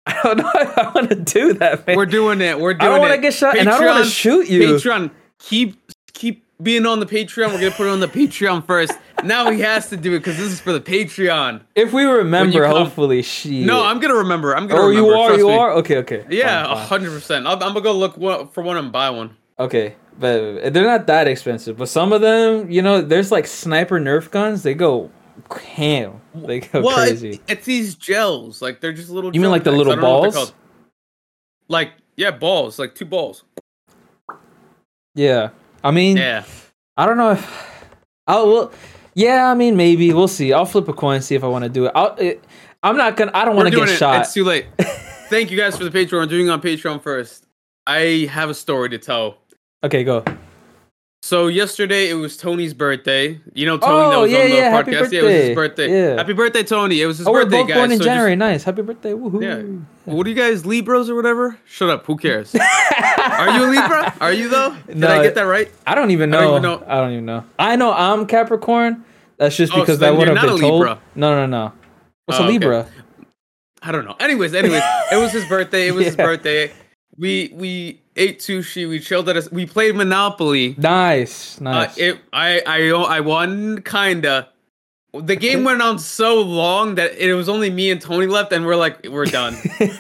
Speaker 3: I don't know if I want to do that, man.
Speaker 4: We're doing it. We're doing
Speaker 3: I
Speaker 4: it.
Speaker 3: don't want to get shot and I don't want to
Speaker 4: Patreon-
Speaker 3: shoot you.
Speaker 4: Patreon, keep keep being on the Patreon. We're gonna put it on the Patreon first. Now he has to do it because this is for the Patreon.
Speaker 3: If we remember,
Speaker 4: come-
Speaker 3: hopefully she
Speaker 4: No, I'm gonna remember. I'm gonna
Speaker 3: Oh,
Speaker 4: remember.
Speaker 3: you are,
Speaker 4: trust
Speaker 3: you
Speaker 4: me.
Speaker 3: are? Okay, okay.
Speaker 4: Yeah,
Speaker 3: fine, fine.
Speaker 4: hundred percent. I'm, I'm gonna go look one, for one and buy one.
Speaker 3: Okay, but they're not that expensive. But some of them, you know, there's like sniper Nerf guns. They go ham. They go
Speaker 4: well, it-
Speaker 3: crazy.
Speaker 4: it's these gels. Like they're just little.
Speaker 3: You mean
Speaker 4: gel
Speaker 3: like the
Speaker 4: packs.
Speaker 3: little
Speaker 4: I don't know what they're
Speaker 3: balls?
Speaker 4: called. Like yeah, balls. Like two balls.
Speaker 3: Yeah. I mean,
Speaker 4: Yeah.
Speaker 3: I don't know if I will. Yeah, I mean, maybe we'll see. I'll flip a coin see if I want to do it. I'll, it I'm not gonna. I don't want
Speaker 4: We're
Speaker 3: to get
Speaker 4: doing it.
Speaker 3: shot.
Speaker 4: It's too late. Thank you guys for the Patreon. We're doing it on Patreon first. I have a story to tell.
Speaker 3: okay, go.
Speaker 4: So yesterday it was Tony's birthday. You know Tony that
Speaker 3: Oh,
Speaker 4: was
Speaker 3: yeah,
Speaker 4: on the
Speaker 3: yeah,
Speaker 4: podcast.
Speaker 3: happy
Speaker 4: Yeah, it was
Speaker 3: birthday.
Speaker 4: his birthday.
Speaker 3: Yeah.
Speaker 4: Happy birthday, Tony. It was his
Speaker 3: Oh, we're
Speaker 4: birthday,
Speaker 3: both
Speaker 4: guys.
Speaker 3: born in
Speaker 4: So just-
Speaker 3: January. nice. Happy birthday. Woohoo.
Speaker 4: yeah. What are you guys, Libras or whatever? Shut up. Who cares? are you a Libra? Are you though? Did I
Speaker 3: No.
Speaker 4: get that right?
Speaker 3: I don't even
Speaker 4: I
Speaker 3: know. I
Speaker 4: don't
Speaker 3: don't
Speaker 4: even
Speaker 3: even
Speaker 4: know.
Speaker 3: know. I know I'm Capricorn. That's just
Speaker 4: Oh, so
Speaker 3: because
Speaker 4: then
Speaker 3: that would
Speaker 4: you're
Speaker 3: have
Speaker 4: not
Speaker 3: been
Speaker 4: a
Speaker 3: told.
Speaker 4: Libra.
Speaker 3: No, no, no. What's
Speaker 4: Oh,
Speaker 3: a
Speaker 4: okay.
Speaker 3: Libra?
Speaker 4: I don't know. Anyways, anyways, it was his birthday. It was his
Speaker 3: Yeah.
Speaker 4: birthday. We we ate sushi. We chilled at us. We played Monopoly.
Speaker 3: Nice, nice.
Speaker 4: Uh, it I I I won kinda. The game went on so long that it was only me and Tony left, and we're like, we're done.
Speaker 3: it's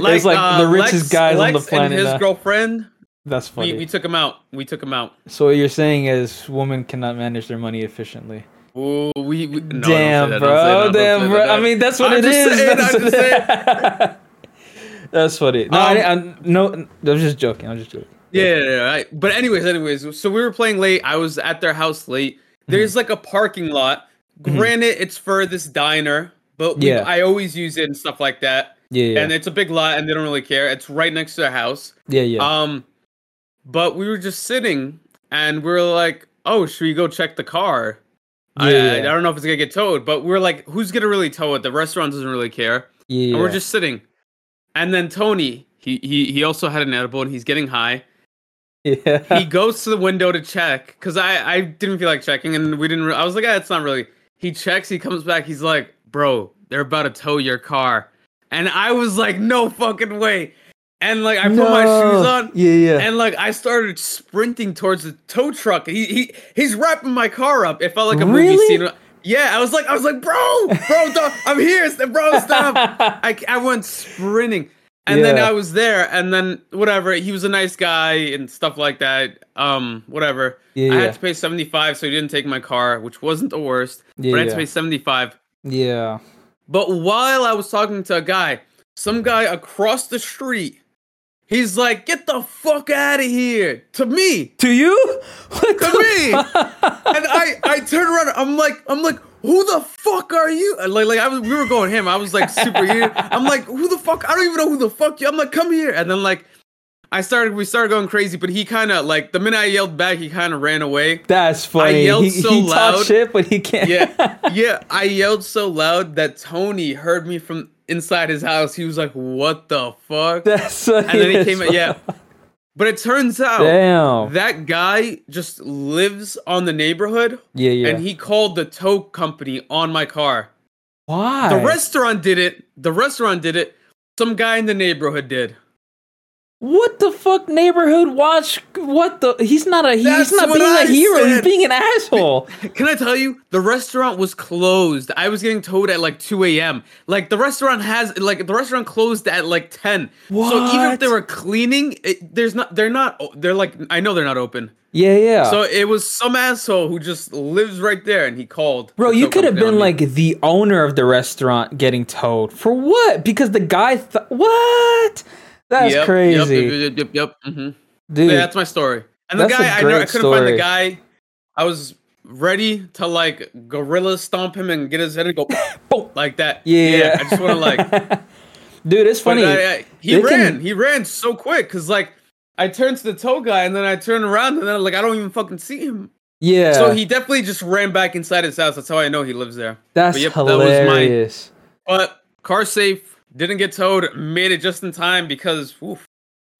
Speaker 3: like, the
Speaker 4: uh,
Speaker 3: richest
Speaker 4: Lex-
Speaker 3: guys on
Speaker 4: Lex
Speaker 3: the planet. uh,
Speaker 4: And his
Speaker 3: now.
Speaker 4: girlfriend.
Speaker 3: That's funny.
Speaker 4: We, we took him out. We took him out.
Speaker 3: so what you're saying is women cannot manage their money efficiently.
Speaker 4: Ooh, we, we no,
Speaker 3: damn, bro.
Speaker 4: don't say that, don't say that, don't say
Speaker 3: damn,
Speaker 4: that,
Speaker 3: bro. I
Speaker 4: don't-
Speaker 3: mean, that's what
Speaker 4: I'm
Speaker 3: it
Speaker 4: just
Speaker 3: is.
Speaker 4: saying, I'm
Speaker 3: that's,
Speaker 4: just
Speaker 3: That's funny. No, I,
Speaker 4: Um,
Speaker 3: didn't- I, no, I'm just joking. I'm just joking.
Speaker 4: Yeah, yeah, yeah, I- but anyways, anyways, so we were playing late. I was at their house late.
Speaker 3: Mm-hmm.
Speaker 4: There's like a parking lot. Granted, it's for this diner, but we,
Speaker 3: Yeah.
Speaker 4: I always use it and stuff like that.
Speaker 3: Yeah, yeah,
Speaker 4: And it's a big lot, and they don't really care. It's right next to their house.
Speaker 3: yeah, yeah.
Speaker 4: Um, but we were just sitting, and we were like, "Oh, should we go check the car?" I,
Speaker 3: Yeah,
Speaker 4: I, I
Speaker 3: yeah.
Speaker 4: don't know if it's gonna get towed, but we we're like, "Who's gonna really tow it?" The restaurant doesn't really care.
Speaker 3: yeah.
Speaker 4: And we're just sitting. And then Tony, he he he also had an edible, and he's getting high
Speaker 3: yeah.
Speaker 4: he goes to the window to check because I, I didn't feel like checking and we didn't re- i was like ah, it's not really he checks he comes back he's like bro they're about to tow your car and i was like no fucking way and like i put my shoes on
Speaker 3: Yeah, yeah.
Speaker 4: and like i started sprinting towards the tow truck he, he he's wrapping my car up it felt like a movie
Speaker 3: Really?
Speaker 4: scene yeah i was like i was like bro bro don't, i'm here bro stop I, I went sprinting. And then
Speaker 3: Yeah.
Speaker 4: I was there, and then whatever. He was a nice guy and stuff like that. Um, whatever.
Speaker 3: Yeah,
Speaker 4: I
Speaker 3: yeah.
Speaker 4: had to pay seventy five, so he didn't take my car, which wasn't the worst.
Speaker 3: Yeah,
Speaker 4: but I had to
Speaker 3: yeah.
Speaker 4: pay seventy five.
Speaker 3: yeah.
Speaker 4: But while I was talking to a guy, some guy across the street, he's like, "Get the fuck out of here!" To me,
Speaker 3: To you? What
Speaker 4: to me. and I, I turn around. I'm like, I'm like, who the fuck are you? And Like, like I was, we were going him. I was like super here. I'm like, who the fuck? I don't even know who the fuck you. I'm like, come here. And then like, I started we started going crazy, but he kind of like the minute I yelled back, he kind of ran away.
Speaker 3: That's funny.
Speaker 4: yelled
Speaker 3: he,
Speaker 4: so
Speaker 3: he talks
Speaker 4: loud.
Speaker 3: shit, but he can't.
Speaker 4: Yeah, yeah. I yelled so loud that Tony heard me from inside his house. He was like, "What the fuck?"
Speaker 3: That's
Speaker 4: And then he came. Yeah, but it turns out
Speaker 3: Damn.
Speaker 4: that guy just lives on the neighborhood,
Speaker 3: yeah, yeah.
Speaker 4: and he called the tow company on my car.
Speaker 3: Why?
Speaker 4: The restaurant did it. The restaurant did it. Some guy in the neighborhood did.
Speaker 3: What the fuck neighborhood watch? What the? He's not a.
Speaker 4: That's
Speaker 3: He's not
Speaker 4: what
Speaker 3: being a
Speaker 4: I
Speaker 3: hero. He's
Speaker 4: said.
Speaker 3: being an asshole.
Speaker 4: Can I tell you? The restaurant was closed. I was getting towed at like 2 a.m. Like the restaurant has like the restaurant closed at like 10. So even
Speaker 3: What?
Speaker 4: if they were cleaning, it, there's not they're not o- they're like I know they're not open.
Speaker 3: Yeah, yeah.
Speaker 4: So it was some asshole who just lives right there and he called.
Speaker 3: Bro,
Speaker 4: the
Speaker 3: you
Speaker 4: tow
Speaker 3: could have
Speaker 4: company on
Speaker 3: been
Speaker 4: me.
Speaker 3: like the owner of the restaurant getting towed for what? Because the guy. Th- what? That's
Speaker 4: Yep, yep,
Speaker 3: crazy,
Speaker 4: Yep, yep, yep, yep, mhm.
Speaker 3: dude.
Speaker 4: Yeah, that's my story. And the
Speaker 3: That's a
Speaker 4: guy, I, never, I
Speaker 3: great
Speaker 4: couldn't find the
Speaker 3: story.
Speaker 4: guy. I was ready to like gorilla stomp him and get his head and go
Speaker 3: Boom.
Speaker 4: like that.
Speaker 3: Yeah,
Speaker 4: I just want to like.
Speaker 3: dude, it's funny.
Speaker 4: But I, I, he
Speaker 3: They can-
Speaker 4: ran. He ran so quick because like I turned to the tow guy and then I turned around and then like I don't even fucking see him.
Speaker 3: yeah,
Speaker 4: So he definitely just ran back inside his house. That's how I know he lives there.
Speaker 3: that's
Speaker 4: but yep, that was my-
Speaker 3: hilarious.
Speaker 4: But car safe. Didn't get towed. Made it just in time because. oof. So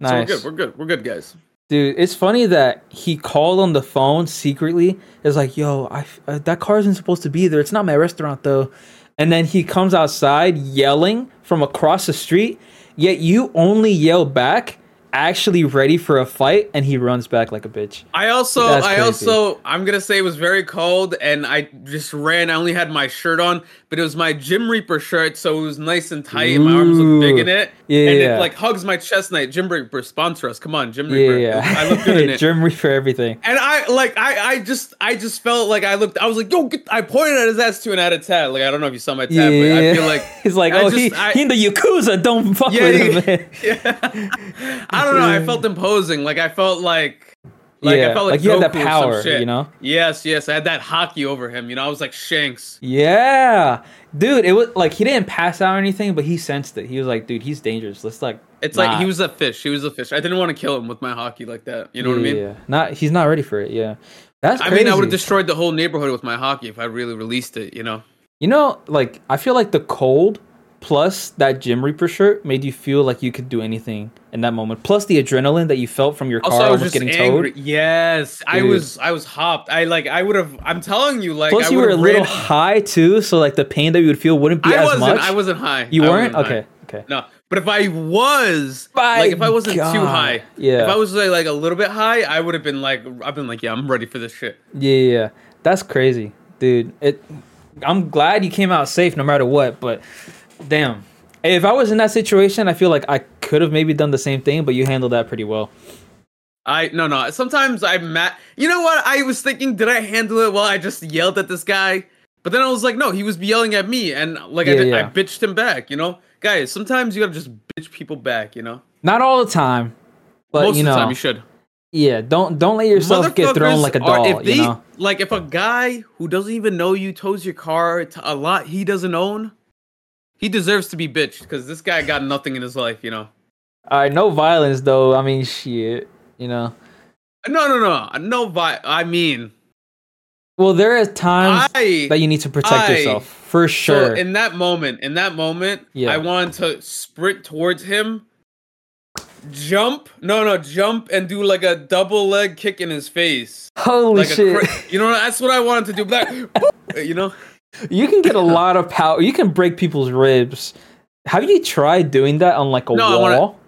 Speaker 4: we're
Speaker 3: nice.
Speaker 4: good. We're good. We're good, guys.
Speaker 3: Dude, it's funny that he called on the phone secretly. It's like, yo, I, uh, that car isn't supposed to be there. It's not my restaurant, though. And then he comes outside yelling from across the street, yet you only yell back, actually ready for a fight, and he runs back like a bitch.
Speaker 4: I also,
Speaker 3: That's
Speaker 4: I
Speaker 3: crazy.
Speaker 4: also, I'm gonna say it was very cold, and I just ran. I only had my shirt on, but it was my Jim Reaper shirt, so it was nice and tight. and my arms look big in
Speaker 3: Ooh.
Speaker 4: it,
Speaker 3: Yeah,
Speaker 4: and
Speaker 3: yeah.
Speaker 4: it like hugs my chest. Night, Jim Reaper sponsor us. Come on, Jim
Speaker 3: Yeah,
Speaker 4: Reaper.
Speaker 3: yeah.
Speaker 4: I look good in it.
Speaker 3: Germany for everything.
Speaker 4: And I like, I, I just, I just felt like I looked. I was like, yo, get, I pointed at his ass too and had a tat. Like I don't know if you saw my tat,
Speaker 3: Yeah,
Speaker 4: but I feel
Speaker 3: yeah.
Speaker 4: like
Speaker 3: he's like,
Speaker 4: I
Speaker 3: oh,
Speaker 4: just-
Speaker 3: he,
Speaker 4: I-
Speaker 3: he in the yakuza. Don't fuck
Speaker 4: Yeah,
Speaker 3: with him.
Speaker 4: yeah,
Speaker 3: man.
Speaker 4: yeah. I don't know. I felt imposing. Like I felt like, like
Speaker 3: Yeah,
Speaker 4: I felt like,
Speaker 3: like you had that
Speaker 4: Goku or some
Speaker 3: power,
Speaker 4: shit.
Speaker 3: you know?
Speaker 4: Yes, yes. I had that hockey over him. You know, I was like Shanks.
Speaker 3: Yeah, dude. It was like he didn't pass out or anything, but he sensed it. He was like, dude, he's dangerous. Let's like.
Speaker 4: It's like he
Speaker 3: not-
Speaker 4: was a fish. He was a fish. I didn't want to kill him with my hockey like that. You know what I mean?
Speaker 3: Yeah, not he's not ready for it. Yeah, that's
Speaker 4: I
Speaker 3: crazy.
Speaker 4: mean, I would have destroyed the whole neighborhood with my hockey if I really released it. You know?
Speaker 3: you know, like I feel like the cold plus that Jim Reaper shirt made you feel like you could do anything in that moment. Plus the adrenaline that you felt from your car
Speaker 4: Also, I was
Speaker 3: almost
Speaker 4: just
Speaker 3: getting
Speaker 4: angry.
Speaker 3: towed.
Speaker 4: Yes, I
Speaker 3: Dude.
Speaker 4: was. I was hopped. I like. I would have. I'm telling you, like.
Speaker 3: Plus
Speaker 4: I
Speaker 3: you were a
Speaker 4: would've
Speaker 3: little
Speaker 4: ran-
Speaker 3: high too, so like the pain that you would feel wouldn't be
Speaker 4: I
Speaker 3: as
Speaker 4: wasn't.
Speaker 3: much.
Speaker 4: I wasn't high.
Speaker 3: You
Speaker 4: I
Speaker 3: weren't.
Speaker 4: wasn't high.
Speaker 3: Okay. Okay.
Speaker 4: No, but if I was,
Speaker 3: My
Speaker 4: like, if I wasn't too
Speaker 3: God.
Speaker 4: high,
Speaker 3: Yeah.
Speaker 4: if I was like, like a little bit high, I would have been like, I've been like, yeah, I'm ready for this shit.
Speaker 3: Yeah, yeah, yeah. That's crazy, dude. It. I'm glad you came out safe no matter what, but damn. If I was in that situation, I feel like I could have maybe done the same thing, but you handled that pretty well.
Speaker 4: I no no. Sometimes I'm mad. You know what? I was thinking, did I handle it well? I just yelled at this guy, but then I was like, no, he was yelling at me, and like I,
Speaker 3: Yeah,
Speaker 4: did, I
Speaker 3: yeah.
Speaker 4: bitched him back. You know, guys, sometimes you gotta just bitch people back. You know,
Speaker 3: Not all the time, but
Speaker 4: most
Speaker 3: you
Speaker 4: of
Speaker 3: know,
Speaker 4: the time you should.
Speaker 3: yeah. Don't don't let yourself get thrown
Speaker 4: Motherfuckers
Speaker 3: like a
Speaker 4: are-
Speaker 3: doll.
Speaker 4: if they,
Speaker 3: you know,
Speaker 4: Like if a guy who doesn't even know you tows your car to a lot he doesn't own, he deserves to be bitched because this guy got nothing in his life, you know.
Speaker 3: all right. No violence though. I mean, shit. You know.
Speaker 4: No, no, no, no. Vi- I mean,
Speaker 3: Well, there are times
Speaker 4: I
Speaker 3: that you need to protect
Speaker 4: I-
Speaker 3: yourself for
Speaker 4: so
Speaker 3: sure.
Speaker 4: in that moment, in that moment,
Speaker 3: Yeah.
Speaker 4: I wanted to sprint towards him, jump, no, no, jump and do like a double leg kick in his face,
Speaker 3: Holy
Speaker 4: like
Speaker 3: shit!
Speaker 4: a, cra- you know, that's what I wanted to do, but I- you know.
Speaker 3: you can get a lot of power. You can break people's ribs. Have you tried doing that on like a
Speaker 4: No, I
Speaker 3: wall?
Speaker 4: wanna-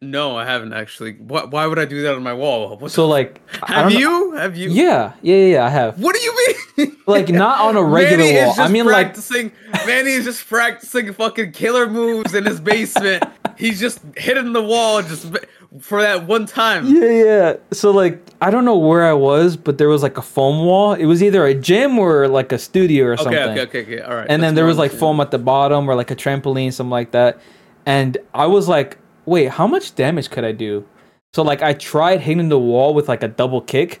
Speaker 4: No, I haven't actually. Why, why would I do that on my wall? What
Speaker 3: So like,
Speaker 4: the-
Speaker 3: I don't
Speaker 4: have
Speaker 3: know-
Speaker 4: you? Have you?
Speaker 3: Yeah, yeah, yeah, yeah, I have.
Speaker 4: What do you mean?
Speaker 3: Like not on a regular
Speaker 4: Manny
Speaker 3: wall.
Speaker 4: Is just
Speaker 3: I mean, like,
Speaker 4: practicing. Manny is just practicing fucking killer moves in his basement. He's just hitting the wall just for that one time.
Speaker 3: yeah, yeah. So like, I don't know where I was, but there was like a foam wall. It was either a gym or like a studio or something.
Speaker 4: okay, okay, okay, okay. All right.
Speaker 3: and then
Speaker 4: that's
Speaker 3: there
Speaker 4: what
Speaker 3: was
Speaker 4: I'm
Speaker 3: like
Speaker 4: saying.
Speaker 3: foam at the bottom or like a trampoline something like that and i was like wait how much damage could i do so like i tried hitting the wall with like a double kick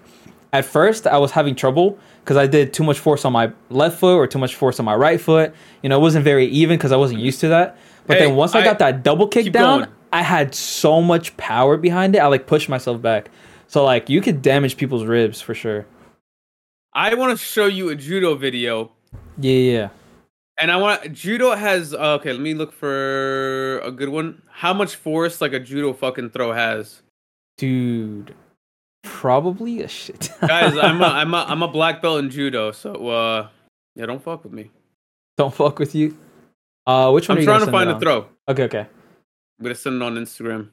Speaker 3: at first i was having trouble because i did too much force on my left foot or too much force on my right foot you know it wasn't very even because i wasn't used to that but
Speaker 4: Hey,
Speaker 3: then once i,
Speaker 4: I-
Speaker 3: got that double kick
Speaker 4: keep
Speaker 3: down
Speaker 4: going.
Speaker 3: I had so much power behind it. I like pushed myself back. So like you could damage people's ribs for sure.
Speaker 4: I want to show you a judo video,
Speaker 3: Yeah, yeah.
Speaker 4: and I want judo has uh, okay. Let me look for a good one. How much force like a judo fucking throw has,
Speaker 3: Dude. Probably a shit. ton.
Speaker 4: guys? I'm a, I'm a, I'm a black belt in judo, so uh, yeah, don't fuck with me.
Speaker 3: Don't fuck with you. Uh which one
Speaker 4: I'm
Speaker 3: are you gonna
Speaker 4: trying to
Speaker 3: send it
Speaker 4: find a
Speaker 3: on?
Speaker 4: throw.
Speaker 3: Okay, okay.
Speaker 4: I'm gonna send it on Instagram.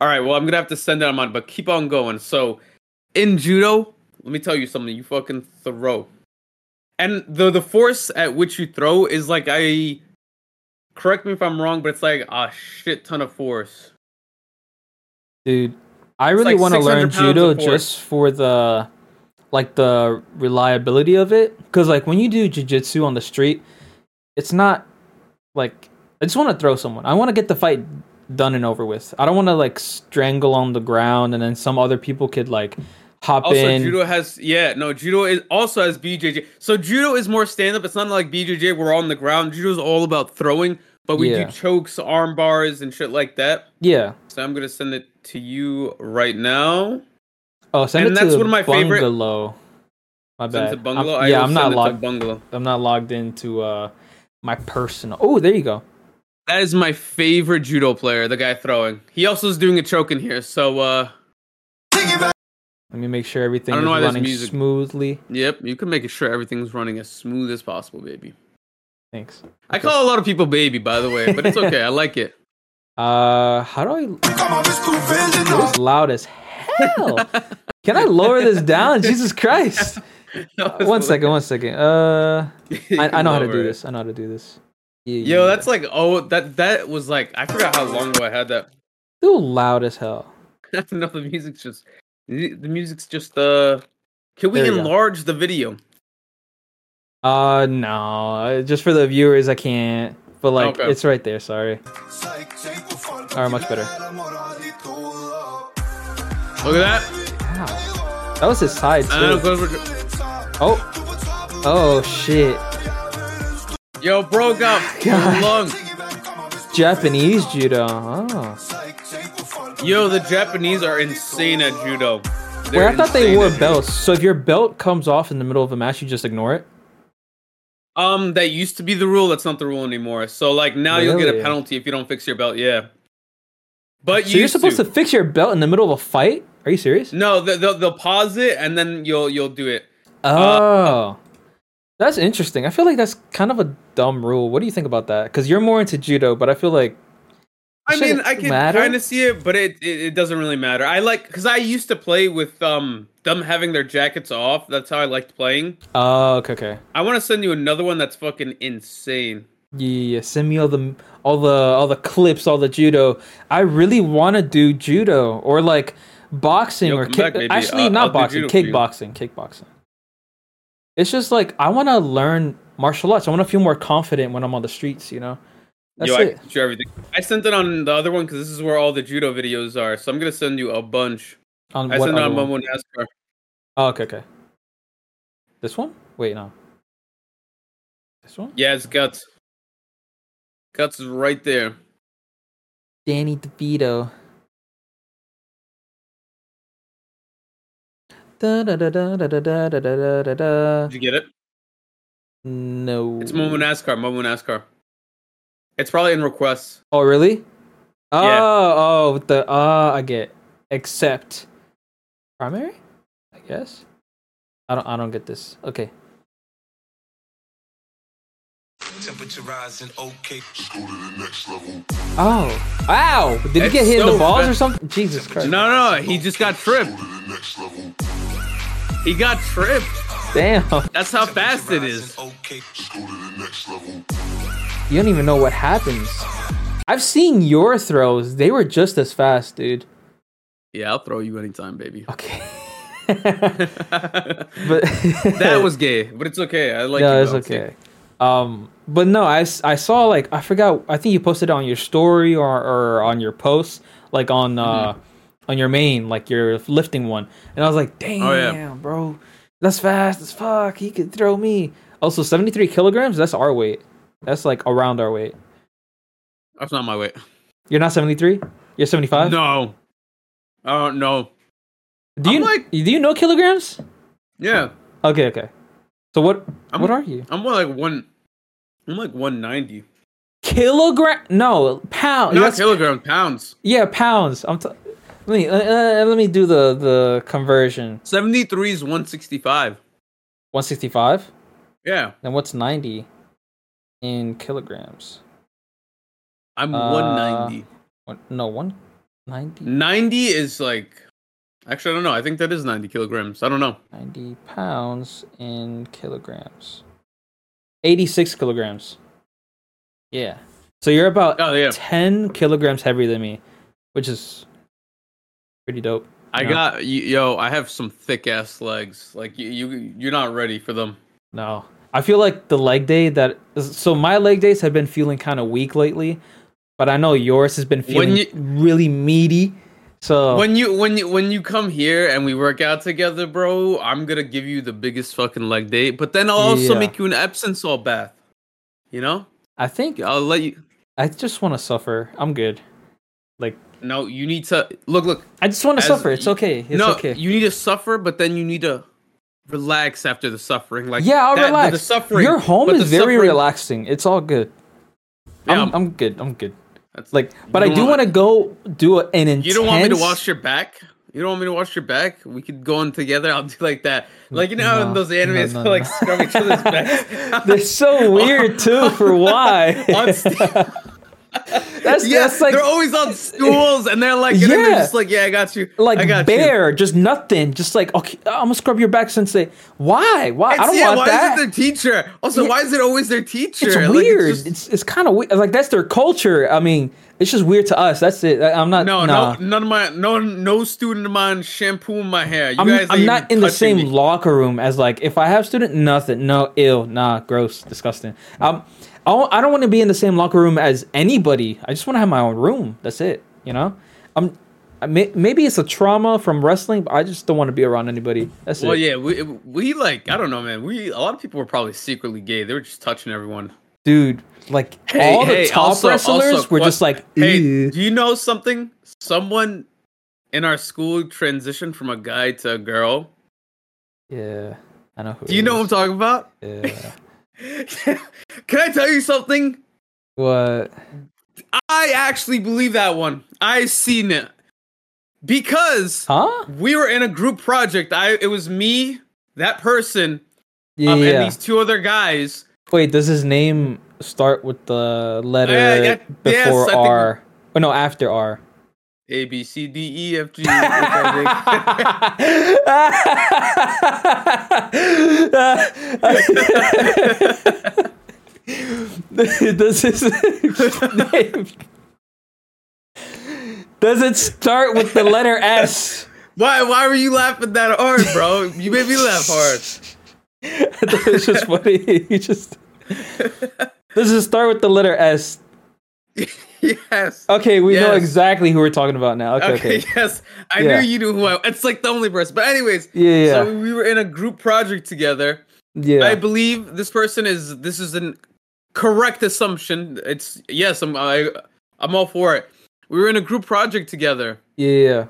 Speaker 4: All right, well, I'm gonna have to send it on mine, but keep on going. So, in judo, let me tell you something. You fucking throw, and the the force at which you throw is like I. Correct me if I'm wrong, but it's like a shit ton of force.
Speaker 3: Dude, I really
Speaker 4: like
Speaker 3: want to
Speaker 4: 600
Speaker 3: learn
Speaker 4: pounds of
Speaker 3: judo
Speaker 4: force.
Speaker 3: just for the like the reliability of it cuz like when you do jiu-jitsu on the street, it's not like I just want to throw someone. I want to get the fight done and over with. I don't want to like strangle on the ground and then some other people could like hop
Speaker 4: Also,
Speaker 3: in.
Speaker 4: judo has yeah, no, judo is also has BJJ. So judo is more stand up. It's not like BJJ. We're on the ground. Judo's all about throwing, but we
Speaker 3: Yeah.
Speaker 4: do chokes, arm bars, and shit like that.
Speaker 3: yeah.
Speaker 4: So I'm gonna send it to you right now.
Speaker 3: Oh, send
Speaker 4: And
Speaker 3: it
Speaker 4: that's
Speaker 3: to
Speaker 4: one of my favorite-
Speaker 3: bungalow. My
Speaker 4: Send it
Speaker 3: bad.
Speaker 4: to bungalow.
Speaker 3: I'm-
Speaker 4: I
Speaker 3: yeah,
Speaker 4: will
Speaker 3: I'm not
Speaker 4: send it to
Speaker 3: logged.
Speaker 4: bungalow.
Speaker 3: I'm not logged into uh my personal. Oh, there you go.
Speaker 4: That is my favorite judo player. The guy throwing. He also is doing a choke in here. So uh,
Speaker 3: Let me make sure everything is
Speaker 4: I don't know why there's
Speaker 3: running
Speaker 4: music.
Speaker 3: smoothly.
Speaker 4: yep, you can make sure everything's running as smooth as possible, baby.
Speaker 3: Thanks.
Speaker 4: I call a lot of people baby, by the way, but it's okay. I like it.
Speaker 3: Uh, how do I? It's loud as hell. Can I lower this down? Jesus Christ! One second, one second. Uh, I, I know how to do
Speaker 4: Lower it.
Speaker 3: this. I know how to do this. Yeah,
Speaker 4: Yo,
Speaker 3: yeah,
Speaker 4: that's like oh that that was like I forgot how long ago I had that.
Speaker 3: yeah. Ooh, loud as hell.
Speaker 4: no, the music's just the the music's just uh. Can we
Speaker 3: There we go.
Speaker 4: enlarge the video?
Speaker 3: Uh, no, just for the viewers, I can't. But like,
Speaker 4: Okay.
Speaker 3: it's right there. Sorry.
Speaker 1: Alright, much better.
Speaker 4: Look at that.
Speaker 3: Wow. That was his side
Speaker 4: And then it
Speaker 3: too.
Speaker 4: goes with-
Speaker 3: Oh, oh shit!
Speaker 4: Yo, bro, got
Speaker 3: God.
Speaker 4: lung.
Speaker 3: Japanese judo. Oh.
Speaker 4: Yo, the Japanese are insane at judo.
Speaker 3: Where
Speaker 4: They're
Speaker 3: I thought they
Speaker 4: insane
Speaker 3: wore
Speaker 4: at judo.
Speaker 3: belts. So if your belt comes off in the middle of a match, you just ignore it.
Speaker 4: Um, that used to be the rule. That's not the rule anymore. So like now you'll get
Speaker 3: Really?
Speaker 4: a penalty if you don't fix your belt. Yeah. But
Speaker 3: So you're supposed to. fix your belt in the middle of a fight? Are you serious?
Speaker 4: No, they- they'll, they'll pause it and then you'll you'll do it.
Speaker 3: Oh. That's interesting. I feel like that's kind of a dumb rule. What do you think about that? Because you're more into judo, but I feel like
Speaker 4: I
Speaker 3: Shouldn't
Speaker 4: mean, I can
Speaker 3: matter.
Speaker 4: kind of see it, but it, it it doesn't really matter. I like because I used to play with um them having their jackets off. That's how I liked playing.
Speaker 3: oh, okay, okay.
Speaker 4: I want to send you another one that's fucking insane.
Speaker 3: Yeah, send me all the all the all the clips, all the judo. I really want to do judo or like boxing
Speaker 4: Yo,
Speaker 3: or
Speaker 4: come
Speaker 3: kick.
Speaker 4: back, baby.
Speaker 3: actually,
Speaker 4: Uh,
Speaker 3: not
Speaker 4: I'll do
Speaker 3: boxing,
Speaker 4: judo for you.
Speaker 3: kickboxing, kickboxing. It's just like I want to learn martial arts. I want to feel more confident when I'm on the streets. You know, that's
Speaker 4: Yo, I
Speaker 3: it.
Speaker 4: can show everything. I sent it on the other one because this is where all the judo videos are. So I'm gonna send you a bunch.
Speaker 3: On
Speaker 4: I
Speaker 3: what
Speaker 4: sent it
Speaker 3: other
Speaker 4: on
Speaker 3: one?
Speaker 4: Momo NASCAR.
Speaker 3: Oh, okay, okay. This one? Wait, no. This one?
Speaker 4: Yeah, it's guts. Guts is right there.
Speaker 3: Danny DeVito. Da da da da da da da da da da da.
Speaker 4: Did you get it?
Speaker 3: No.
Speaker 4: It's Momo NASCAR. Momo NASCAR. It's probably in requests.
Speaker 3: Oh, really? Oh,
Speaker 4: Yeah.
Speaker 3: oh, with the uh, I get. Except primary, I guess. I don't. I don't get this. Okay.
Speaker 1: Temperature rising, okay.
Speaker 3: Oh, wow! Did he
Speaker 4: It's
Speaker 3: get hit in
Speaker 4: so
Speaker 3: the balls or
Speaker 4: fast.
Speaker 3: something? Jesus Christ!
Speaker 4: No, no, he just got tripped. He got tripped.
Speaker 3: Damn,
Speaker 4: That's how fast it is.
Speaker 3: you don't even know what happens. I've seen your throws; they were just as fast, dude.
Speaker 4: Yeah, I'll throw you anytime, baby.
Speaker 3: Okay,
Speaker 4: that
Speaker 3: but
Speaker 4: was gay, but it's okay. I like.
Speaker 3: Yeah,
Speaker 4: you,
Speaker 3: it's
Speaker 4: I'll
Speaker 3: okay.
Speaker 4: take-
Speaker 3: Um, but no, I, s- I saw like I forgot. I think you posted it on your story or, or on your post, like on uh on your main, like your lifting one. And I was like, damn,
Speaker 4: Mm-hmm. Oh, yeah.
Speaker 3: bro, that's fast as fuck. He could throw me. Also, seventy three kilograms. That's our weight. That's like around our weight.
Speaker 4: That's not my way.
Speaker 3: You're not 73. You're 75.
Speaker 4: No. I don't know.
Speaker 3: Do you
Speaker 4: I'm like-
Speaker 3: do you know kilograms?
Speaker 4: Yeah.
Speaker 3: Okay, okay. So what
Speaker 4: I'm-
Speaker 3: what are you?
Speaker 4: I'm more like one I'm like one ninety.
Speaker 3: Kilogram? No, pound.
Speaker 4: Not
Speaker 3: That's-
Speaker 4: kilogram, pounds.
Speaker 3: yeah, pounds. I'm. T- let me uh, uh, let me do the the conversion.
Speaker 4: Seventy three is one sixty five.
Speaker 3: 165.
Speaker 4: Yeah.
Speaker 3: Then what's 90 in kilograms?
Speaker 4: I'm
Speaker 3: Uh,
Speaker 4: one ninety.
Speaker 3: What, no, 190
Speaker 4: Ninety is like actually I don't know. I think that is ninety kilograms. I don't know.
Speaker 3: 90 pounds in kilograms. 86 kilograms. Yeah. So you're about
Speaker 4: Oh yeah.
Speaker 3: 10 kilograms heavier than me, which is pretty dope.
Speaker 4: I
Speaker 3: No.
Speaker 4: got y- yo. I have some thick ass legs. Like you, you, you're not ready for them.
Speaker 3: No. I feel like the leg day that so my leg days have been feeling kind of weak lately, but I know yours has been feeling
Speaker 4: When you-
Speaker 3: really meaty. So
Speaker 4: When you, when you, when you come here and we work out together, bro, I'm gonna give you the biggest fucking leg day. But then I'll also
Speaker 3: Yeah.
Speaker 4: make you an Epsom salt bath. You know,
Speaker 3: I think
Speaker 4: I'll let you.
Speaker 3: I just want to suffer. I'm good.
Speaker 4: No, you need to look, look.
Speaker 3: I just want to
Speaker 4: As-
Speaker 3: suffer. It's okay. It's
Speaker 4: no,
Speaker 3: okay.
Speaker 4: you need to suffer, but then you need to relax after the suffering. Like
Speaker 3: yeah, I'll
Speaker 4: that-
Speaker 3: relax.
Speaker 4: The suffering.
Speaker 3: Your home
Speaker 4: but
Speaker 3: is
Speaker 4: the
Speaker 3: very
Speaker 4: suffering-
Speaker 3: relaxing. It's all good.
Speaker 4: Yeah,
Speaker 3: I'm, I'm good. I'm good.
Speaker 4: that's-
Speaker 3: Like,
Speaker 4: you
Speaker 3: but I
Speaker 4: don't
Speaker 3: do
Speaker 4: wanna-
Speaker 3: want to go do a, an intense.
Speaker 4: You don't want me to wash your back? You don't want me to wash your back? We could go on together. I'll do like that. Like you know how
Speaker 3: No,
Speaker 4: in those
Speaker 3: no,
Speaker 4: animes
Speaker 3: no,
Speaker 4: they, like
Speaker 3: no.
Speaker 4: scrub each other's back.
Speaker 3: They're so weird too. For why?
Speaker 4: On st-
Speaker 3: that's
Speaker 4: yeah,
Speaker 3: that's like
Speaker 4: they're always on stools and they're like and then they're
Speaker 3: Yeah.
Speaker 4: just like, Yeah, I got you. I
Speaker 3: like
Speaker 4: got you.
Speaker 3: bare, just nothing. Just like okay, I'm gonna scrub your back since they. Why? Why? I
Speaker 4: It's-
Speaker 3: don't
Speaker 4: yeah,
Speaker 3: want
Speaker 4: why
Speaker 3: that.
Speaker 4: is it their teacher? Also, why is it always their teacher?
Speaker 3: it's
Speaker 4: Like,
Speaker 3: weird.
Speaker 4: just-
Speaker 3: it's it's, kind of weird. Like that's their culture. I mean, it's just weird to us. That's it. I, am not.
Speaker 4: no,
Speaker 3: nah.
Speaker 4: no, none of my no no student of mine shampoo my hair. You
Speaker 3: I'm,
Speaker 4: guys,
Speaker 3: I'm
Speaker 4: ain't
Speaker 3: not
Speaker 4: even
Speaker 3: in the
Speaker 4: touching
Speaker 3: same
Speaker 4: me.
Speaker 3: locker room as like if I have student nothing no ill nah gross disgusting um I don't, I don't want to be in the same locker room as anybody I just want to have my own room that's it you know I'm I may, maybe it's a trauma from wrestling but I just don't want to be around anybody that's
Speaker 4: Well,
Speaker 3: it
Speaker 4: yeah, we we like I don't know, man. We a lot of people were probably secretly gay. They were just touching everyone.
Speaker 3: dude like
Speaker 4: Hey,
Speaker 3: all the
Speaker 4: hey,
Speaker 3: top
Speaker 4: also-
Speaker 3: wrestlers
Speaker 4: also,
Speaker 3: were
Speaker 4: what-
Speaker 3: just like
Speaker 4: Hey,
Speaker 3: "Ew."
Speaker 4: do you know something? Someone in our school transitioned from a guy to a girl.
Speaker 3: yeah I know who
Speaker 4: Do you know what I'm talking about?
Speaker 3: talking yeah.
Speaker 4: Can I tell you something?
Speaker 3: what
Speaker 4: I actually believe that one. I've seen it because
Speaker 3: huh
Speaker 4: we were in a group project. I it was me, that person,
Speaker 3: yeah,
Speaker 4: um, and these two other guys.
Speaker 3: Wait, does his name start with the letter
Speaker 4: yeah, yes, I
Speaker 3: before
Speaker 4: think-
Speaker 3: R? Oh no, after R.
Speaker 4: A B C D E F G. H, I, J.
Speaker 3: does his name Does it start with the letter S?
Speaker 4: Why? Why were you laughing that hard, bro? You made me laugh hard.
Speaker 3: I thought it was just funny. You just Does it start with the letter S?
Speaker 4: Yes.
Speaker 3: Okay, we know
Speaker 4: Yes.
Speaker 3: exactly who we're talking about now. Okay, okay.
Speaker 4: Okay, yes. I
Speaker 3: Yeah.
Speaker 4: knew you knew who I It's like the only person. But anyways,
Speaker 3: Yeah, yeah.
Speaker 4: so we were in a group project together.
Speaker 3: yeah.
Speaker 4: I believe this person is this is an correct assumption. It's yes, I'm I, I'm all for it. We were in a group project together
Speaker 3: yeah.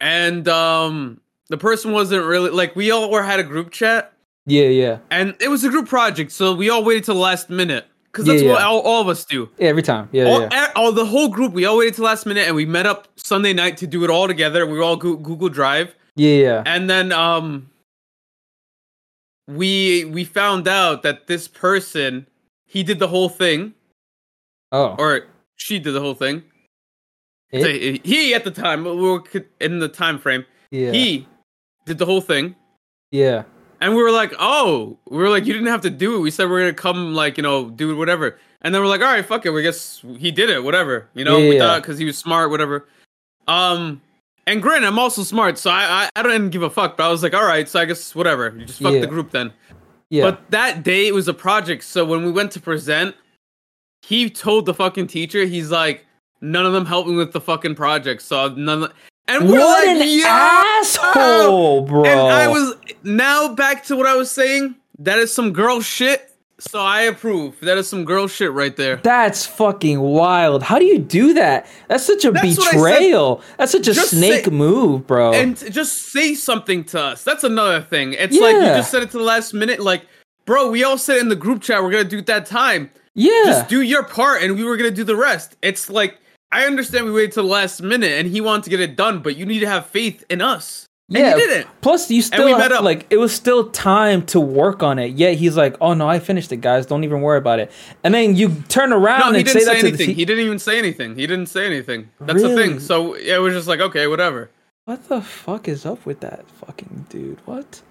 Speaker 4: and um the person wasn't really like we all were had a group chat
Speaker 3: Yeah, yeah.
Speaker 4: and it was a group project, so we all waited till the last minute cuz
Speaker 3: Yeah,
Speaker 4: that's what
Speaker 3: yeah.
Speaker 4: all, all of us do.
Speaker 3: Yeah, every time. Yeah,
Speaker 4: all,
Speaker 3: yeah.
Speaker 4: e- all the whole group we all waited till last minute and we met up sunday night to do it all together we were all Goo- google drive
Speaker 3: Yeah, yeah.
Speaker 4: and then um we we found out that this person he did the whole thing
Speaker 3: Oh.
Speaker 4: or she did the whole thing
Speaker 3: it-
Speaker 4: Say, he at the time but we were c- in the time frame
Speaker 3: yeah.
Speaker 4: he did the whole thing
Speaker 3: yeah.
Speaker 4: and we were like oh we were like you didn't have to do it we said we are gonna come like you know do whatever and then we're like all right fuck it we guess he did it whatever you know we
Speaker 3: Yeah.
Speaker 4: thought because he was smart whatever um and granted i'm also smart so I, I i don't give a fuck but i was like all right so i guess whatever you just fuck
Speaker 3: Yeah.
Speaker 4: the group then
Speaker 3: Yeah.
Speaker 4: but that day it was a project so when we went to present he told the fucking teacher he's like none of them helped me with the fucking project so none of and we're
Speaker 3: what
Speaker 4: like
Speaker 3: an
Speaker 4: yeah
Speaker 3: asshole, bro.
Speaker 4: and I was now back to what I was saying. That is some girl shit. So I approve. That is some girl shit right there.
Speaker 3: That's fucking wild. How do you do that? That's such a
Speaker 4: That's what I said.
Speaker 3: betrayal. That's such a
Speaker 4: Just
Speaker 3: snake
Speaker 4: say-
Speaker 3: move, bro.
Speaker 4: And t- just say something to us. That's another thing. It's like you
Speaker 3: Yeah.
Speaker 4: just said it to the last minute. Like, bro, we all said in the group chat we're gonna do it that time.
Speaker 3: yeah.
Speaker 4: Just do your part, and we were gonna do the rest. It's like I understand we waited till the last minute, and he wanted to get it done, but you need to have faith in us. And
Speaker 3: yeah.
Speaker 4: you didn't.
Speaker 3: Plus, you
Speaker 4: we
Speaker 3: still
Speaker 4: met
Speaker 3: had-
Speaker 4: up.
Speaker 3: like it was still time to work on it. Yet he's like, "Oh no, I finished it, guys. Don't even worry about it." And then you turn
Speaker 4: No,
Speaker 3: around
Speaker 4: he
Speaker 3: and say
Speaker 4: didn't
Speaker 3: that
Speaker 4: say
Speaker 3: to the
Speaker 4: anything.
Speaker 3: te-
Speaker 4: He didn't even say anything. He didn't say anything. That's the
Speaker 3: Really?
Speaker 4: thing. So it was just like, okay, whatever.
Speaker 3: What the fuck is up with that fucking dude? What?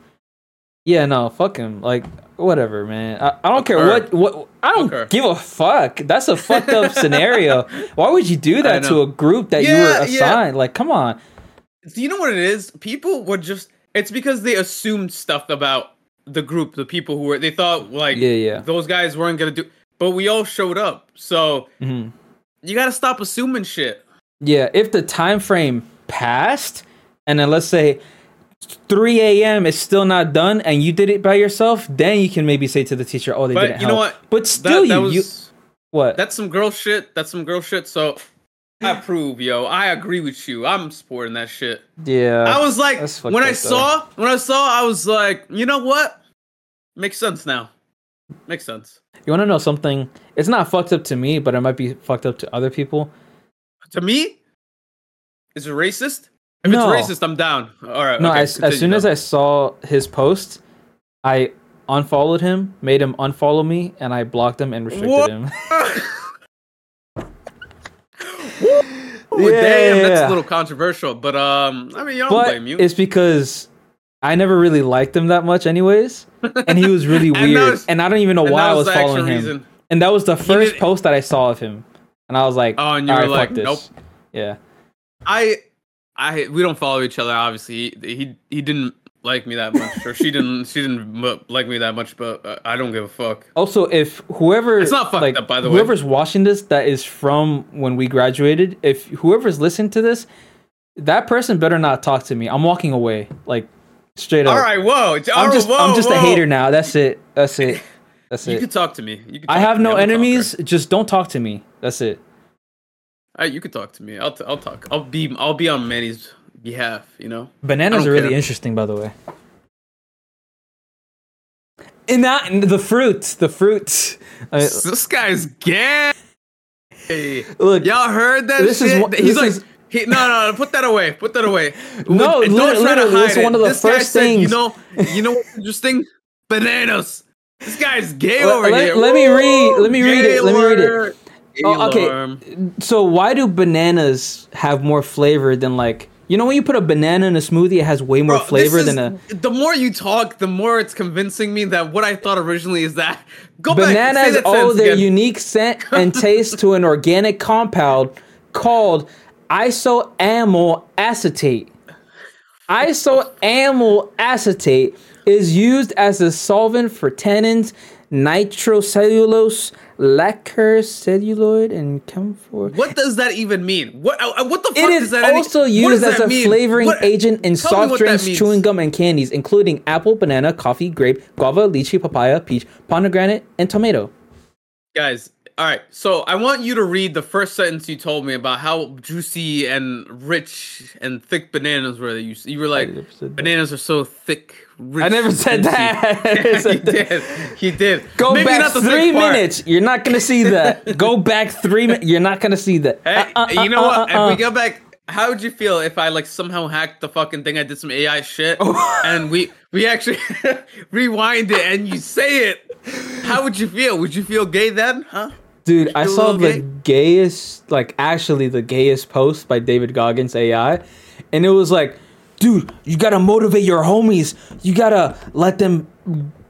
Speaker 3: Yeah, no, fuck him. Like, whatever, man. I, I don't care
Speaker 4: her.
Speaker 3: what what I don't
Speaker 4: her.
Speaker 3: give a fuck. That's a fucked up scenario. Why would you do that to
Speaker 4: know.
Speaker 3: a group that you
Speaker 4: Yeah,
Speaker 3: were
Speaker 4: yeah.
Speaker 3: assigned? Like, come on.
Speaker 4: Do you know what it is? People would just. It's because they assumed stuff about the group, the people who were. They thought like,
Speaker 3: Yeah, yeah.
Speaker 4: those guys weren't gonna do. But we all showed up, so
Speaker 3: Mhm.
Speaker 4: you gotta stop assuming shit.
Speaker 3: Yeah, if the time frame passed and then let's say 3 a.m. is still not done and you did it by yourself, then you can maybe say to the teacher, "Oh, they
Speaker 4: But
Speaker 3: didn't
Speaker 4: you know
Speaker 3: help."
Speaker 4: what?
Speaker 3: But
Speaker 4: That,
Speaker 3: still,
Speaker 4: that
Speaker 3: you,
Speaker 4: was
Speaker 3: you what?
Speaker 4: that's some girl shit. That's some girl shit. So I approve, yo. I agree with you. I'm supporting that shit.
Speaker 3: yeah,
Speaker 4: I was like,
Speaker 3: that's fucked
Speaker 4: when I
Speaker 3: up, though.
Speaker 4: saw, when I saw, I was like, you know what? Makes sense now. Makes sense
Speaker 3: You want to know something? It's not fucked up to me, but it might be fucked up to other people.
Speaker 4: to me. Is it racist? If
Speaker 3: No.
Speaker 4: it's racist, I'm down. All right.
Speaker 3: no,
Speaker 4: okay,
Speaker 3: as, as soon as I saw his post, I unfollowed him, made him unfollow me, and I blocked him and restricted
Speaker 4: What?
Speaker 3: him.
Speaker 4: Ooh,
Speaker 3: Yeah,
Speaker 4: Oh, damn,
Speaker 3: yeah,
Speaker 4: that's
Speaker 3: yeah.
Speaker 4: a little controversial, but um, I mean, you don't
Speaker 3: But
Speaker 4: blame you.
Speaker 3: it's because I never really liked him that much, anyways, and he was really
Speaker 4: And that
Speaker 3: weird,
Speaker 4: was-
Speaker 3: and I don't even know
Speaker 4: and
Speaker 3: why
Speaker 4: that
Speaker 3: I was
Speaker 4: was the actual
Speaker 3: following him.
Speaker 4: reason.
Speaker 3: And that was the first
Speaker 4: did-
Speaker 3: post that I saw of him, and I was like,
Speaker 4: Oh, and you
Speaker 3: "All
Speaker 4: were
Speaker 3: right,
Speaker 4: like,
Speaker 3: fuck this."
Speaker 4: nope.
Speaker 3: Yeah,
Speaker 4: I, I, we don't follow each other. Obviously, he he, he didn't like me that much, or she didn't she didn't mu- like me that much. But uh, I don't give a fuck.
Speaker 3: Also, if whoever
Speaker 4: It's not fucked
Speaker 3: like,
Speaker 4: up, by the way.
Speaker 3: whoever's watching this that is from when we graduated, if whoever's listening to this, that person better not talk to me. I'm walking away, like straight up.
Speaker 4: All right, whoa, it's- all
Speaker 3: I'm
Speaker 4: right,
Speaker 3: just
Speaker 4: whoa,
Speaker 3: I'm just a
Speaker 4: whoa.
Speaker 3: hater now. That's it. That's it. That's
Speaker 4: You
Speaker 3: it.
Speaker 4: could talk to me. You could
Speaker 3: I
Speaker 4: talk
Speaker 3: have
Speaker 4: to me.
Speaker 3: no
Speaker 4: I'm a talker.
Speaker 3: enemies. Just don't talk to me. That's it.
Speaker 4: All right, you could talk to me. I'll t- I'll talk. I'll be I'll be on Manny's behalf. You know. I
Speaker 3: Bananas
Speaker 4: don't
Speaker 3: are really
Speaker 4: care.
Speaker 3: interesting, by the way. And that and the fruit, the fruit. I-
Speaker 4: This guy's gay.
Speaker 3: Look,
Speaker 4: y'all heard that?
Speaker 3: this is
Speaker 4: shit?
Speaker 3: one-
Speaker 4: He's
Speaker 3: this
Speaker 4: like,
Speaker 3: is-
Speaker 4: he, no, no, no, put that away. Put that away.
Speaker 3: No,
Speaker 4: Don't
Speaker 3: lit-
Speaker 4: try to
Speaker 3: literally, it's
Speaker 4: hide it.
Speaker 3: one of the
Speaker 4: This guy
Speaker 3: first
Speaker 4: said, You
Speaker 3: things-
Speaker 4: know, you know what's interesting? Bananas. This guy's gay
Speaker 3: Let-
Speaker 4: over
Speaker 3: let-
Speaker 4: here.
Speaker 3: let me read- let me
Speaker 4: Woo!
Speaker 3: read it, let me read it.
Speaker 4: Gaylord.
Speaker 3: Oh, okay.
Speaker 4: Gaylord.
Speaker 3: So why do bananas have more flavor than like you know when you put a banana in a smoothie it has way more
Speaker 4: Bro, this
Speaker 3: flavor than
Speaker 4: is-
Speaker 3: a
Speaker 4: The more you talk, the more it's convincing me that what I thought originally is that. Go back. say
Speaker 3: bananas
Speaker 4: that
Speaker 3: owe
Speaker 4: sentence
Speaker 3: their
Speaker 4: again.
Speaker 3: unique scent and taste to an organic compound called isoamyl acetate. Isoamyl acetate is used as a solvent for tannins, nitrocellulose, lacquer, celluloid, and camphor.
Speaker 4: What does that even mean? What uh, what the fuck
Speaker 3: It
Speaker 4: does
Speaker 3: is
Speaker 4: that any-
Speaker 3: also
Speaker 4: what
Speaker 3: used
Speaker 4: does
Speaker 3: as
Speaker 4: that
Speaker 3: a
Speaker 4: mean?
Speaker 3: flavoring
Speaker 4: What-
Speaker 3: agent in
Speaker 4: Tell me
Speaker 3: soft
Speaker 4: what that
Speaker 3: drinks,
Speaker 4: means.
Speaker 3: chewing gum, and candies, including apple, banana, coffee, grape, guava, lychee, papaya, peach, pomegranate, and tomato.
Speaker 4: Guys, all right. So I want you to read the first sentence you told me about how juicy and rich and thick bananas were. That you you were like
Speaker 3: never said that.
Speaker 4: bananas are so thick. Rich,
Speaker 3: I never said
Speaker 4: juicy."
Speaker 3: that. I never
Speaker 4: you
Speaker 3: said that.
Speaker 4: did. You did.
Speaker 3: Go
Speaker 4: Maybe
Speaker 3: back
Speaker 4: not the thick
Speaker 3: three
Speaker 4: part.
Speaker 3: minutes. You're not gonna see that. Go back three minutes. You're not gonna see that.
Speaker 4: Hey,
Speaker 3: Uh, uh,
Speaker 4: you know
Speaker 3: uh,
Speaker 4: what?
Speaker 3: uh,
Speaker 4: if we
Speaker 3: uh.
Speaker 4: go back, how would you feel if I like somehow hacked the fucking thing? I did some AI shit,
Speaker 3: Oh.
Speaker 4: and we we actually rewind it, and you say it. How would you feel? Would you feel gay then? Huh?
Speaker 3: Dude, I
Speaker 4: Still
Speaker 3: saw
Speaker 4: little
Speaker 3: the gayest, like actually the gayest post by David Goggins AI, and it was like, dude, you gotta motivate your homies. You gotta let them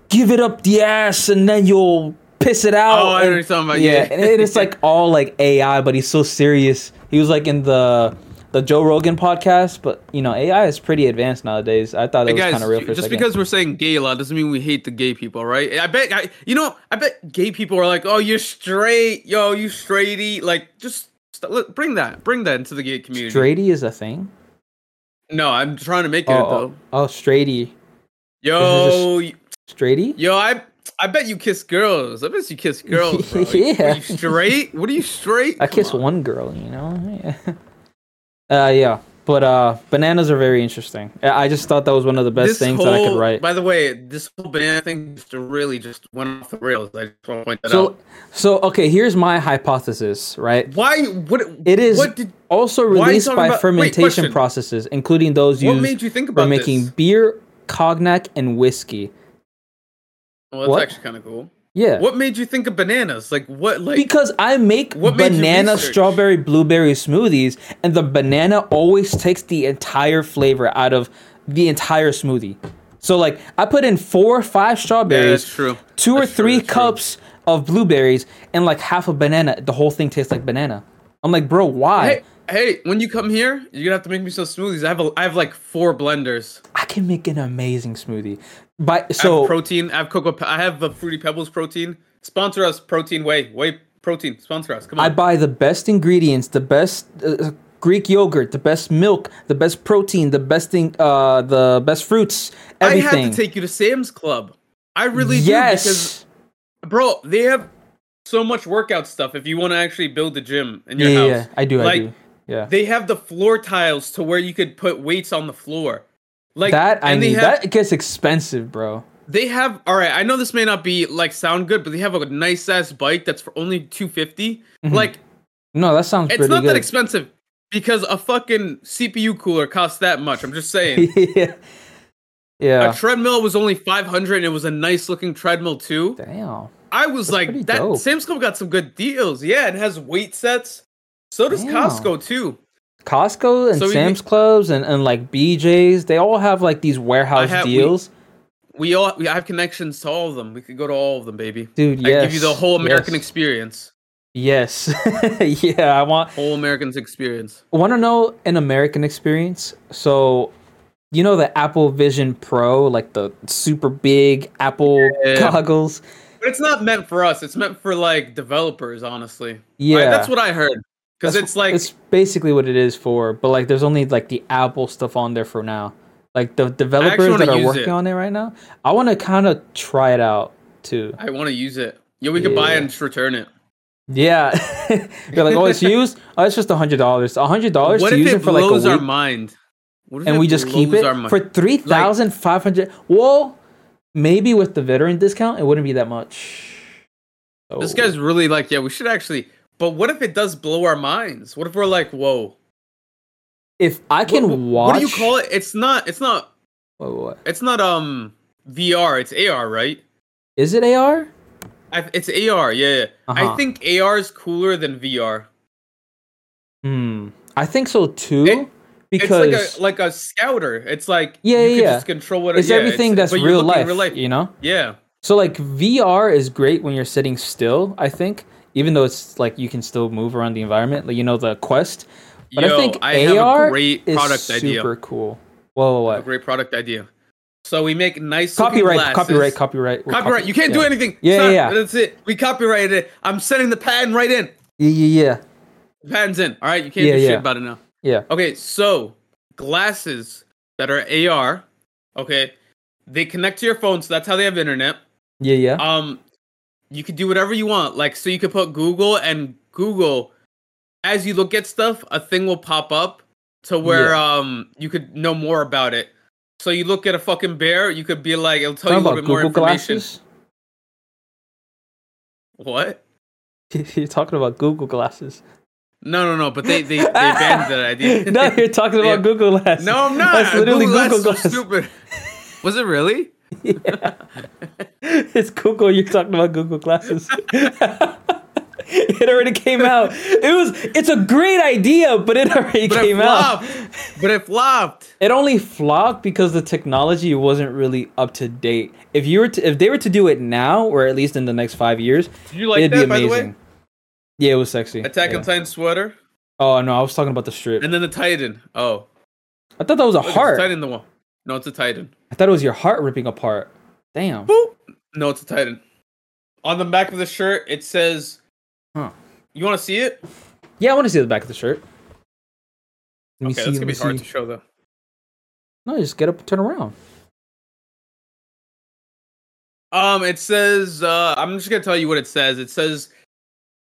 Speaker 3: give it up the ass, and then you'll piss it out.
Speaker 4: Oh, I know
Speaker 3: and-
Speaker 4: what you're talking about, yeah.
Speaker 3: and it- it's like all like AI, but he's so serious. He was like in the the Joe Rogan podcast, but you know, AI is pretty advanced nowadays. I thought it was
Speaker 4: Guys,
Speaker 3: kind of real for a
Speaker 4: just
Speaker 3: second.
Speaker 4: because we're saying gay a lot doesn't mean we hate the gay people, right? I bet, I, you know, I bet gay people are like, "Oh, you're straight, yo, you straighty." Like, just st- look, bring that, bring that into the gay community.
Speaker 3: Straighty is a thing.
Speaker 4: No, I'm trying to make it
Speaker 3: Oh,
Speaker 4: though.
Speaker 3: oh, oh, straighty,
Speaker 4: Yo,
Speaker 3: straighty.
Speaker 4: yo, I, I bet you kiss girls. I bet you kiss girls. bro.
Speaker 3: Yeah.
Speaker 4: Are you straight? What are you straight?
Speaker 3: I
Speaker 4: Come
Speaker 3: kissed
Speaker 4: on.
Speaker 3: one girl, you know. Yeah. Uh, yeah, but uh, bananas are very interesting. I I just thought that was one of the best things that I could
Speaker 4: whole-
Speaker 3: write.
Speaker 4: By the way, this whole banana thing just really just went off the rails. I just want to point that
Speaker 3: So,
Speaker 4: out.
Speaker 3: so okay, here's my hypothesis. Right,
Speaker 4: Why? What?
Speaker 3: it is
Speaker 4: What did?
Speaker 3: also
Speaker 4: why are you
Speaker 3: released
Speaker 4: talking
Speaker 3: by
Speaker 4: about- wait,
Speaker 3: fermentation
Speaker 4: question.
Speaker 3: processes, including those
Speaker 4: What
Speaker 3: used
Speaker 4: made you think
Speaker 3: for
Speaker 4: about
Speaker 3: making
Speaker 4: This?
Speaker 3: beer, cognac, and whiskey.
Speaker 4: Well, that's
Speaker 3: what?
Speaker 4: actually kind of cool.
Speaker 3: Yeah,
Speaker 4: What made you think of bananas? Like what? Like
Speaker 3: because I make
Speaker 4: What made you
Speaker 3: banana,
Speaker 4: research?
Speaker 3: strawberry, blueberry smoothies, and the banana always takes the entire flavor out of the entire smoothie. So like I put in four or five
Speaker 4: yeah,
Speaker 3: strawberries,
Speaker 4: that's true.
Speaker 3: two or
Speaker 4: That's true,
Speaker 3: three
Speaker 4: that's true.
Speaker 3: cups of blueberries, and like half a banana. The whole thing tastes like banana. I'm like, bro, why?
Speaker 4: Hey, hey, when you come here, you're gonna have to make me some smoothies. I have a, I have like four blenders.
Speaker 3: I can make an amazing smoothie. But
Speaker 4: I have
Speaker 3: so
Speaker 4: protein. I have cocoa. Pe- I have the fruity pebbles protein. Sponsor us, protein. Whey, whey protein. Sponsor us. Come on.
Speaker 3: I buy the best ingredients, the best uh, Greek yogurt, the best milk, the best protein, the best thing, uh, the best fruits,
Speaker 4: I
Speaker 3: everything.
Speaker 4: have to take you to Sam's Club. I really
Speaker 3: yes.
Speaker 4: do because bro, they have so much workout stuff. If you want to actually build a gym in your
Speaker 3: yeah, yeah,
Speaker 4: house,
Speaker 3: yeah, I do.
Speaker 4: Like
Speaker 3: I do. Yeah.
Speaker 4: they have the floor tiles to where you could put weights on the floor. Like
Speaker 3: that I
Speaker 4: and they
Speaker 3: need.
Speaker 4: have,
Speaker 3: that gets expensive, bro.
Speaker 4: They have all right. I know this may not be like sound good, but they have a nice ass bike that's for only two Like
Speaker 3: No, that sounds
Speaker 4: it's
Speaker 3: Mm-hmm. pretty
Speaker 4: not
Speaker 3: good.
Speaker 4: that expensive because a fucking CPU cooler costs that much. I'm just saying.
Speaker 3: yeah. Yeah.
Speaker 4: A treadmill was only 500 and it was a nice looking treadmill too.
Speaker 3: Damn.
Speaker 4: I was
Speaker 3: pretty
Speaker 4: like, that
Speaker 3: dope.
Speaker 4: Sam's Club got some good deals. Yeah, it has weight sets. So does
Speaker 3: Damn.
Speaker 4: Costco too.
Speaker 3: Costco and
Speaker 4: So we-
Speaker 3: Sam's Clubs and, and like BJ's, they all have like these warehouse
Speaker 4: have- we-
Speaker 3: deals.
Speaker 4: We all we I have connections to all of them. We could go to all of them, baby.
Speaker 3: Dude,
Speaker 4: I
Speaker 3: yes.
Speaker 4: give you the whole American
Speaker 3: yes.
Speaker 4: experience.
Speaker 3: Yes. yeah, I want
Speaker 4: Whole American's experience.
Speaker 3: want to know an American experience. So, you know the Apple Vision Pro, like the super big Apple
Speaker 4: Yeah.
Speaker 3: goggles.
Speaker 4: But it's not meant for us. It's meant for like developers, honestly. I-
Speaker 3: Yeah.
Speaker 4: that's what I heard. Because
Speaker 3: That's-
Speaker 4: it's like
Speaker 3: it's basically what it is for. But like, there's only like the Apple stuff on there for now. Like the developers
Speaker 4: wanna
Speaker 3: that are
Speaker 4: use
Speaker 3: working
Speaker 4: it.
Speaker 3: on it right now, I want to kind of try it out too.
Speaker 4: I want to use it. Yeah, we could buy
Speaker 3: Yeah.
Speaker 4: it and just return it.
Speaker 3: Yeah, they're like, oh, it's used. Oh, it's just a hundred dollars. A hundred dollars
Speaker 4: What
Speaker 3: to
Speaker 4: if
Speaker 3: use
Speaker 4: it
Speaker 3: it for like a
Speaker 4: blows
Speaker 3: week,
Speaker 4: our mind? What if
Speaker 3: and
Speaker 4: it
Speaker 3: we just keep
Speaker 4: blows
Speaker 3: it
Speaker 4: our mind?
Speaker 3: for three thousand five hundred. Well, maybe with the veteran discount, it wouldn't be that much.
Speaker 4: This
Speaker 3: Oh.
Speaker 4: guy's really like, yeah, we should actually. But what if it does blow our minds? What if we're like, whoa?
Speaker 3: If I
Speaker 4: What,
Speaker 3: can
Speaker 4: what-
Speaker 3: watch,
Speaker 4: What do you call it? It's not. It's not.
Speaker 3: Wait, wait, wait.
Speaker 4: It's not. Um, VR. It's AR, right?
Speaker 3: Is it AR?
Speaker 4: I, it's AR. Yeah. yeah.
Speaker 3: Uh-huh.
Speaker 4: I think AR is cooler than VR.
Speaker 3: Hmm, I think so too.
Speaker 4: It-
Speaker 3: because
Speaker 4: it's like a like a scouter. It's like
Speaker 3: Yeah,
Speaker 4: you
Speaker 3: yeah,
Speaker 4: can
Speaker 3: yeah.
Speaker 4: just control what
Speaker 3: it's
Speaker 4: yeah,
Speaker 3: everything that's
Speaker 4: but you're
Speaker 3: real
Speaker 4: looking
Speaker 3: life,
Speaker 4: real life.
Speaker 3: you know
Speaker 4: Yeah.
Speaker 3: so like vr is great when you're sitting still i think even though it's like you can still move around the environment like you know the quest but i
Speaker 4: Yo,
Speaker 3: think
Speaker 4: I have a
Speaker 3: ar
Speaker 4: great
Speaker 3: is
Speaker 4: product idea.
Speaker 3: super cool whoa
Speaker 4: A
Speaker 3: what
Speaker 4: great product idea. So we make nice looking
Speaker 3: copyright
Speaker 4: glasses.
Speaker 3: copyright copyright we're
Speaker 4: Copyright.
Speaker 3: copy-
Speaker 4: You can't do
Speaker 3: yeah.
Speaker 4: anything.
Speaker 3: Yeah,
Speaker 4: Stop.
Speaker 3: yeah, yeah.
Speaker 4: That's it. We copyrighted it. I'm sending the patent right in.
Speaker 3: yeah yeah yeah
Speaker 4: Patents in. All right, you can't
Speaker 3: Yeah,
Speaker 4: do
Speaker 3: yeah.
Speaker 4: shit about it now.
Speaker 3: Yeah.
Speaker 4: Okay, so glasses that are AR, okay, they connect to your phone, so that's how they have internet.
Speaker 3: yeah yeah
Speaker 4: Um, you can do whatever you want. Like, so you could put Google and Google. As you look at stuff, a thing will pop up to where um you could know more about it. So you look at a fucking bear, you could be like, it'll tell
Speaker 3: Talking
Speaker 4: you a little
Speaker 3: about
Speaker 4: bit more
Speaker 3: google
Speaker 4: information.
Speaker 3: glasses
Speaker 4: What?
Speaker 3: you're talking about google glasses
Speaker 4: No, no, no. But they they, they banned that idea.
Speaker 3: no you're talking about
Speaker 4: Yeah.
Speaker 3: google glasses
Speaker 4: No, I'm not.
Speaker 3: that's literally
Speaker 4: Google,
Speaker 3: google,
Speaker 4: that's so
Speaker 3: glasses
Speaker 4: stupid. Was it really?
Speaker 3: it's Google. You're talking about Google Glasses. it already came out. It was. It's a great idea, but it already
Speaker 4: But
Speaker 3: came
Speaker 4: it
Speaker 3: out.
Speaker 4: flopped. But it flopped.
Speaker 3: It only flopped because the technology wasn't really up to date. If you were, to, if they were to do it now, or at least in the next five years,
Speaker 4: Did you like
Speaker 3: it'd
Speaker 4: that?
Speaker 3: be
Speaker 4: by the way,
Speaker 3: amazing. Yeah, it was sexy.
Speaker 4: Attack
Speaker 3: yeah.
Speaker 4: on Titan sweater,
Speaker 3: Oh no, I was talking about the strip.
Speaker 4: and then the Titan. Oh,
Speaker 3: I thought that was a
Speaker 4: look,
Speaker 3: heart.
Speaker 4: It's a Titan, the one. No, it's a Titan.
Speaker 3: I thought it was your heart ripping apart. Damn.
Speaker 4: Boop. No, it's a Titan. On the back of the shirt, it says.
Speaker 3: Huh.
Speaker 4: You want to see it?
Speaker 3: Yeah, I want to see the back of the shirt. Let me
Speaker 4: Okay,
Speaker 3: see.
Speaker 4: that's
Speaker 3: let
Speaker 4: gonna
Speaker 3: me
Speaker 4: be hard
Speaker 3: see.
Speaker 4: to show though.
Speaker 3: No, just get up, and turn around.
Speaker 4: Um, it says uh, I'm just gonna tell you what it says. It says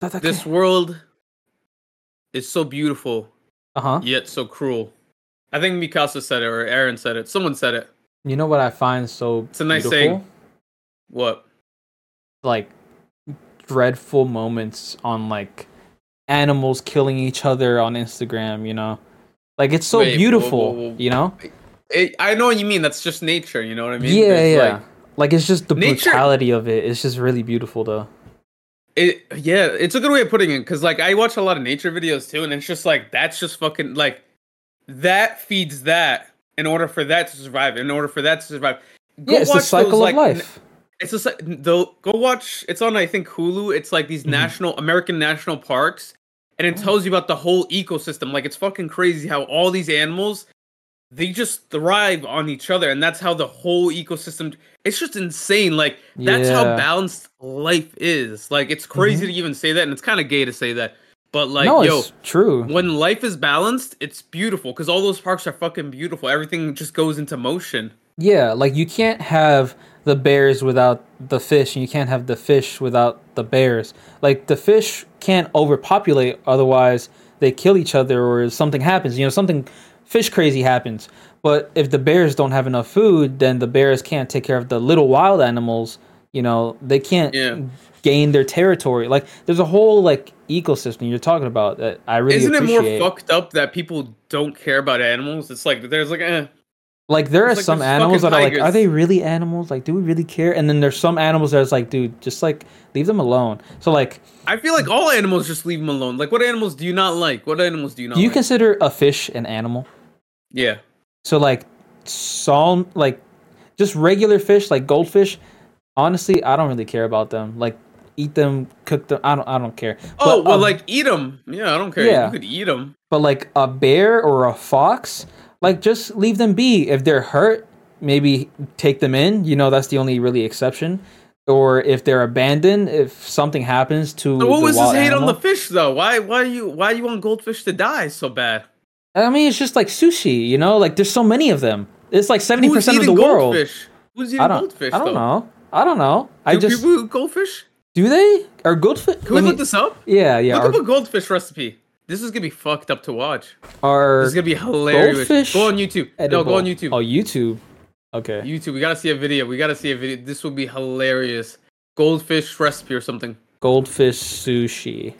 Speaker 4: this world is so beautiful
Speaker 3: Uh huh.
Speaker 4: yet so cruel. I think Mikasa said it or Aaron said it. Someone said it.
Speaker 3: You know what I find so
Speaker 4: It's a nice
Speaker 3: beautiful?
Speaker 4: thing. What?
Speaker 3: Like dreadful moments on like animals killing each other on Instagram. You know, like it's so
Speaker 4: Wait, whoa,
Speaker 3: beautiful.
Speaker 4: whoa, whoa.
Speaker 3: You know.
Speaker 4: It, I know what you mean. That's just nature. You know what I mean?
Speaker 3: yeah,
Speaker 4: There's,
Speaker 3: yeah.
Speaker 4: like,
Speaker 3: Like, it's just the
Speaker 4: Nature-
Speaker 3: brutality of it. It's just really beautiful though.
Speaker 4: It yeah, it's a good way of putting it because like I watch a lot of nature videos too, and it's just like that's just fucking like that feeds that in order for that to survive. In order for that to survive, Go
Speaker 3: yeah, it's the
Speaker 4: watch
Speaker 3: cycle
Speaker 4: those,
Speaker 3: of
Speaker 4: like, n-
Speaker 3: life.
Speaker 4: It's just like though. Go watch. It's on I think Hulu. It's like these
Speaker 3: Mm-hmm.
Speaker 4: national American national parks, and it tells you about the whole ecosystem. Like it's fucking crazy how all these animals they just thrive on each other, and that's how the whole ecosystem. It's just insane. Like that's
Speaker 3: Yeah. Mm-hmm.
Speaker 4: how balanced life is. Like it's crazy to even say that, and it's kind of gay to say that. But like,
Speaker 3: no,
Speaker 4: yo,
Speaker 3: it's true.
Speaker 4: when life is balanced, it's beautiful because all those parks are fucking beautiful. Everything just goes into motion.
Speaker 3: Yeah, like you can't have the bears without the fish, and you can't have the fish without the bears. Like the fish can't overpopulate, otherwise they kill each other, or something happens. You know, something fish crazy happens. But if the bears don't have enough food, then the bears can't take care of the little wild animals. You know, they can't
Speaker 4: Yeah.
Speaker 3: gain their territory. Like there's a whole like ecosystem you're talking about that I really
Speaker 4: Isn't it
Speaker 3: appreciate.
Speaker 4: more fucked up that people don't care about animals? It's like there's like eh.
Speaker 3: Like there are
Speaker 4: It's like
Speaker 3: some
Speaker 4: those
Speaker 3: animals that
Speaker 4: fucking
Speaker 3: are like,
Speaker 4: tigers.
Speaker 3: are they really animals? Like, do we really care? And then there's some animals that's like, dude, just like leave them alone. So like,
Speaker 4: I feel like all animals just leave them alone. Like what animals do you not like? What animals do you not?
Speaker 3: do you
Speaker 4: like?
Speaker 3: consider a fish an animal?
Speaker 4: yeah.
Speaker 3: So like, salm like, just regular fish like goldfish. Honestly, I don't really care about them. Like, eat them, cook them. I don't. I don't care.
Speaker 4: Oh
Speaker 3: But,
Speaker 4: well,
Speaker 3: um,
Speaker 4: like eat them. Yeah, I don't care.
Speaker 3: yeah.
Speaker 4: You could eat them.
Speaker 3: but like a bear or a fox, like just leave them be. If they're hurt, maybe take them in. You know, that's the only really exception. Or if they're abandoned, if something happens to
Speaker 4: What
Speaker 3: the
Speaker 4: was his
Speaker 3: wild
Speaker 4: hate on
Speaker 3: animal.
Speaker 4: the fish though? Why why you why you want goldfish to die so bad?
Speaker 3: I mean, it's just like sushi. You know, like there's so many of them. It's like seventy
Speaker 4: Who's
Speaker 3: percent of the
Speaker 4: eating
Speaker 3: world.
Speaker 4: Goldfish? Who's eating
Speaker 3: I don't.
Speaker 4: goldfish?
Speaker 3: I don't
Speaker 4: though?
Speaker 3: know. I don't know. I
Speaker 4: Do
Speaker 3: just
Speaker 4: people eat goldfish?
Speaker 3: do they are goldfish.
Speaker 4: Can we look this up?
Speaker 3: Yeah, yeah.
Speaker 4: look
Speaker 3: Are,
Speaker 4: up a goldfish recipe. This is gonna be fucked up to watch.
Speaker 3: are
Speaker 4: This is gonna be hilarious.
Speaker 3: goldfish
Speaker 4: Go on YouTube. No, go on YouTube.
Speaker 3: Oh, YouTube. Okay.
Speaker 4: YouTube. We gotta see a video. We gotta see a video. This will be hilarious. Goldfish recipe or something.
Speaker 3: Goldfish sushi.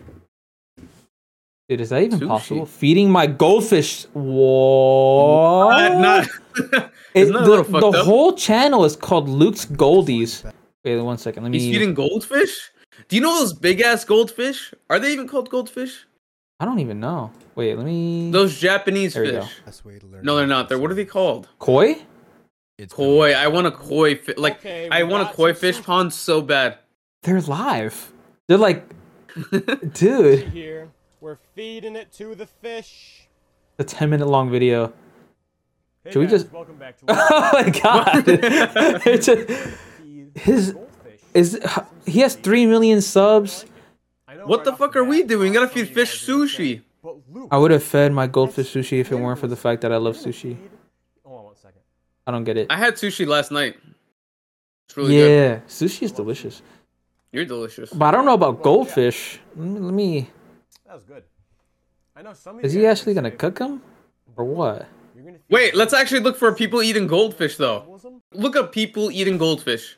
Speaker 3: Dude, is that even
Speaker 4: Sushi?
Speaker 3: possible? Feeding my goldfish. Whoa.
Speaker 4: Uh, not-
Speaker 3: It-
Speaker 4: isn't that a
Speaker 3: the
Speaker 4: little fucked
Speaker 3: the
Speaker 4: up?
Speaker 3: whole channel is called Luke's Goldies. Wait one second. Let me.
Speaker 4: He's feeding goldfish. Do you know those big ass goldfish? Are they even called goldfish?
Speaker 3: I don't even know. Wait, let me.
Speaker 4: Those Japanese
Speaker 3: There we
Speaker 4: fish.
Speaker 5: Best way to learn.
Speaker 4: No, they're not. They're what are they called?
Speaker 3: Koi?
Speaker 5: It's
Speaker 4: Koi. I want a koi fish. Like I want a koi fish pond so bad.
Speaker 3: They're live. They're like, dude,
Speaker 6: here. We're feeding it to the fish.
Speaker 3: a 10 minute long video.
Speaker 6: Hey
Speaker 3: Should we
Speaker 6: guys,
Speaker 3: just-
Speaker 6: welcome back to
Speaker 3: Oh my god. It's a-
Speaker 6: Feed
Speaker 3: his
Speaker 6: Goldfish.
Speaker 3: is he has 3 million subs.
Speaker 6: I know
Speaker 4: What
Speaker 6: right
Speaker 4: the
Speaker 6: off
Speaker 4: fuck are
Speaker 6: bat,
Speaker 4: we doing? We gotta
Speaker 6: some of
Speaker 4: feed
Speaker 6: you
Speaker 4: fish
Speaker 6: guys are gonna say,
Speaker 4: sushi.
Speaker 6: But Luke,
Speaker 3: I would have fed my goldfish
Speaker 6: that's
Speaker 3: sushi if it weren't for the
Speaker 6: ridiculous.
Speaker 3: fact that I love
Speaker 6: We're gonna
Speaker 3: sushi.
Speaker 6: feed- Hold on one second.
Speaker 3: I don't get it.
Speaker 4: I had sushi last night. It's really good.
Speaker 3: Yeah, sushi is delicious.
Speaker 4: You're delicious.
Speaker 3: But I don't know about goldfish. Let me. Let me
Speaker 6: That was good. I know some of
Speaker 3: is
Speaker 6: you
Speaker 3: he
Speaker 6: guys
Speaker 3: actually gonna
Speaker 6: say,
Speaker 3: cook them, or what?
Speaker 6: You're gonna feed
Speaker 4: Wait, let's actually look for people eating goldfish though.
Speaker 6: cannibalism?
Speaker 4: Look up people eating goldfish.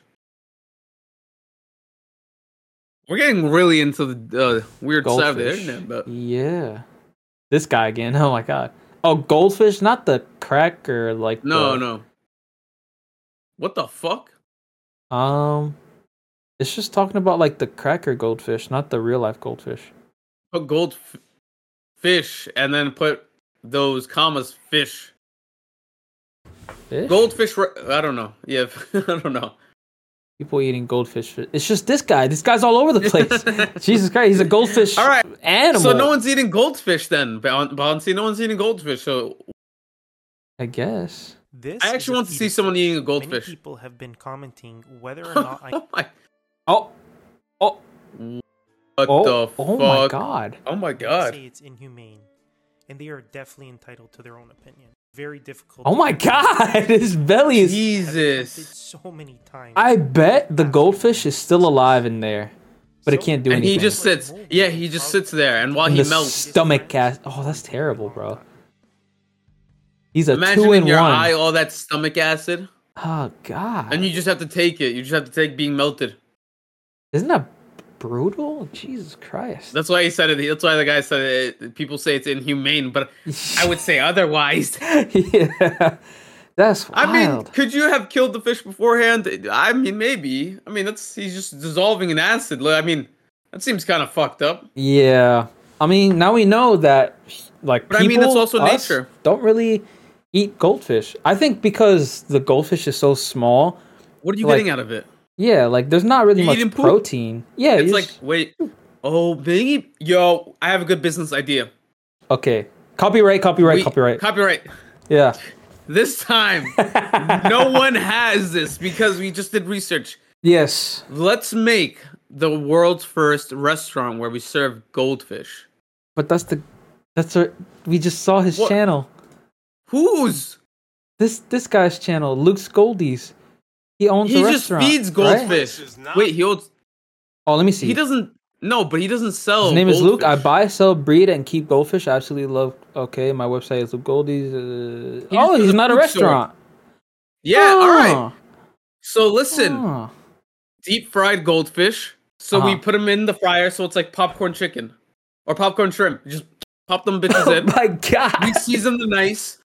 Speaker 4: We're getting really into the uh, weird side of the
Speaker 3: Goldfish.
Speaker 4: internet, but
Speaker 3: Yeah. This guy again. Oh my god. Oh, goldfish, not the cracker. Like
Speaker 4: no,
Speaker 3: the-
Speaker 4: no. What the fuck?
Speaker 3: Um, it's just talking about like the cracker goldfish, not the real life goldfish.
Speaker 4: Put goldfish and then put those commas fish.
Speaker 3: Fish?
Speaker 4: Goldfish. Re- I don't know. Yeah, I don't know.
Speaker 3: People eating goldfish. fi- It's just this guy. This guy's all over the place. Jesus Christ, he's a goldfish.
Speaker 4: All right,
Speaker 3: animal.
Speaker 4: So no one's eating goldfish then, Bon- Bonsi. No one's eating goldfish. So
Speaker 3: I guess.
Speaker 7: This
Speaker 4: I
Speaker 7: is
Speaker 4: actually
Speaker 7: a
Speaker 4: want to see
Speaker 7: fetus
Speaker 4: someone
Speaker 7: fish.
Speaker 4: eating a
Speaker 7: Many
Speaker 4: goldfish.
Speaker 7: people have been commenting whether or not I
Speaker 4: oh my.
Speaker 3: Oh, oh,
Speaker 4: What
Speaker 3: oh,
Speaker 4: the
Speaker 3: oh
Speaker 4: fuck?
Speaker 3: my god.
Speaker 4: Oh my
Speaker 7: can
Speaker 4: god.
Speaker 7: say it's inhumane, and they are definitely entitled to their own opinion. Very difficult.
Speaker 3: Oh
Speaker 7: to
Speaker 3: my
Speaker 7: convince
Speaker 3: god. His belly is.
Speaker 7: I've attempted
Speaker 4: Jesus.
Speaker 7: so many times.
Speaker 3: I bet the goldfish is still alive in there, but it can't do
Speaker 4: And
Speaker 3: anything.
Speaker 4: he just sits. Yeah, he just sits there, and while
Speaker 3: In
Speaker 4: he
Speaker 3: the
Speaker 4: melts,
Speaker 3: stomach cast. Oh, that's terrible, bro. He's a
Speaker 4: imagine
Speaker 3: two
Speaker 4: in
Speaker 3: in
Speaker 4: your
Speaker 3: one.
Speaker 4: eye all that stomach acid,
Speaker 3: oh God!
Speaker 4: and you just have to take it. You just have to take being melted.
Speaker 3: Isn't that brutal? Jesus Christ!
Speaker 4: That's why he said it. That's why the guy said it. People say it's inhumane, but I would say otherwise.
Speaker 3: yeah, that's
Speaker 4: I
Speaker 3: wild.
Speaker 4: mean, could you have killed the fish beforehand? I mean, maybe. I mean, that's he's just dissolving in acid. Like, I mean, that seems kind of fucked up.
Speaker 3: yeah, I mean now we know that like
Speaker 4: But I
Speaker 3: people,
Speaker 4: mean, that's also
Speaker 3: us,
Speaker 4: nature.
Speaker 3: Don't really eat goldfish. I think because the goldfish is so small.
Speaker 4: What are you
Speaker 3: Like,
Speaker 4: getting out of it?
Speaker 3: Yeah, like there's not really
Speaker 4: You're eating
Speaker 3: much
Speaker 4: poop?
Speaker 3: protein. Yeah,
Speaker 4: It's
Speaker 3: you
Speaker 4: like,
Speaker 3: just-
Speaker 4: wait, oh, babe, yo, I have a good business idea.
Speaker 3: okay, copyright, copyright,
Speaker 4: We-
Speaker 3: copyright.
Speaker 4: Copyright.
Speaker 3: yeah,
Speaker 4: This time, no one has this because we just did research.
Speaker 3: yes.
Speaker 4: Let's make the world's first restaurant where we serve goldfish.
Speaker 3: But that's the that's our we just saw his
Speaker 4: What?
Speaker 3: channel.
Speaker 4: Whose?
Speaker 3: This this guy's channel, Luke Scoldi's. He owns
Speaker 4: He
Speaker 3: a
Speaker 4: just
Speaker 3: restaurant.
Speaker 4: feeds
Speaker 3: right?
Speaker 4: goldfish.
Speaker 1: This is not-
Speaker 4: Wait, he owns.
Speaker 3: Oh, let me see.
Speaker 4: He doesn't. No, but he doesn't sell.
Speaker 3: His name is Luke. I
Speaker 4: Oh, goldfish.
Speaker 3: buy, sell, breed, and keep goldfish. I absolutely love. Okay, my website is Luke Goldie's. Uh,
Speaker 4: He just
Speaker 3: oh,
Speaker 4: does
Speaker 3: he's
Speaker 4: a
Speaker 3: not a
Speaker 4: food store.
Speaker 3: restaurant.
Speaker 4: Yeah, all right.
Speaker 3: Oh,
Speaker 4: So listen,
Speaker 3: oh.
Speaker 4: deep fried goldfish. So we
Speaker 3: Uh-huh.
Speaker 4: put them in the fryer, so it's like popcorn chicken or popcorn shrimp. Just pop them bitches
Speaker 3: Oh
Speaker 4: in.
Speaker 3: my god!
Speaker 4: We season them nice.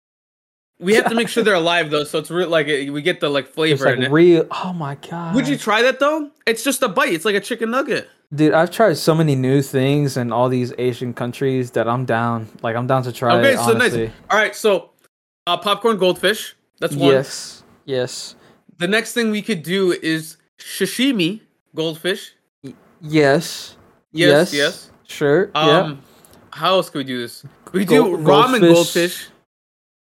Speaker 4: We have to make sure they're alive though, so it's real like we get the like
Speaker 3: It's
Speaker 4: flavor
Speaker 3: like
Speaker 4: in it.
Speaker 3: real. Oh my god!
Speaker 4: Would you try that though? It's just a bite. It's like a chicken nugget.
Speaker 3: Dude, I've tried so many new things in all these Asian countries that I'm down. Like I'm down to try.
Speaker 4: Okay,
Speaker 3: it,
Speaker 4: so
Speaker 3: honestly.
Speaker 4: nice. All right, so uh, popcorn goldfish. That's one.
Speaker 3: Yes. Yes.
Speaker 4: The next thing we could do is sashimi goldfish.
Speaker 3: Yes.
Speaker 4: Yes, yes.
Speaker 3: Sure. yeah.
Speaker 4: Um, how else could we do this? We could
Speaker 3: Gold-
Speaker 4: do ramen
Speaker 3: goldfish.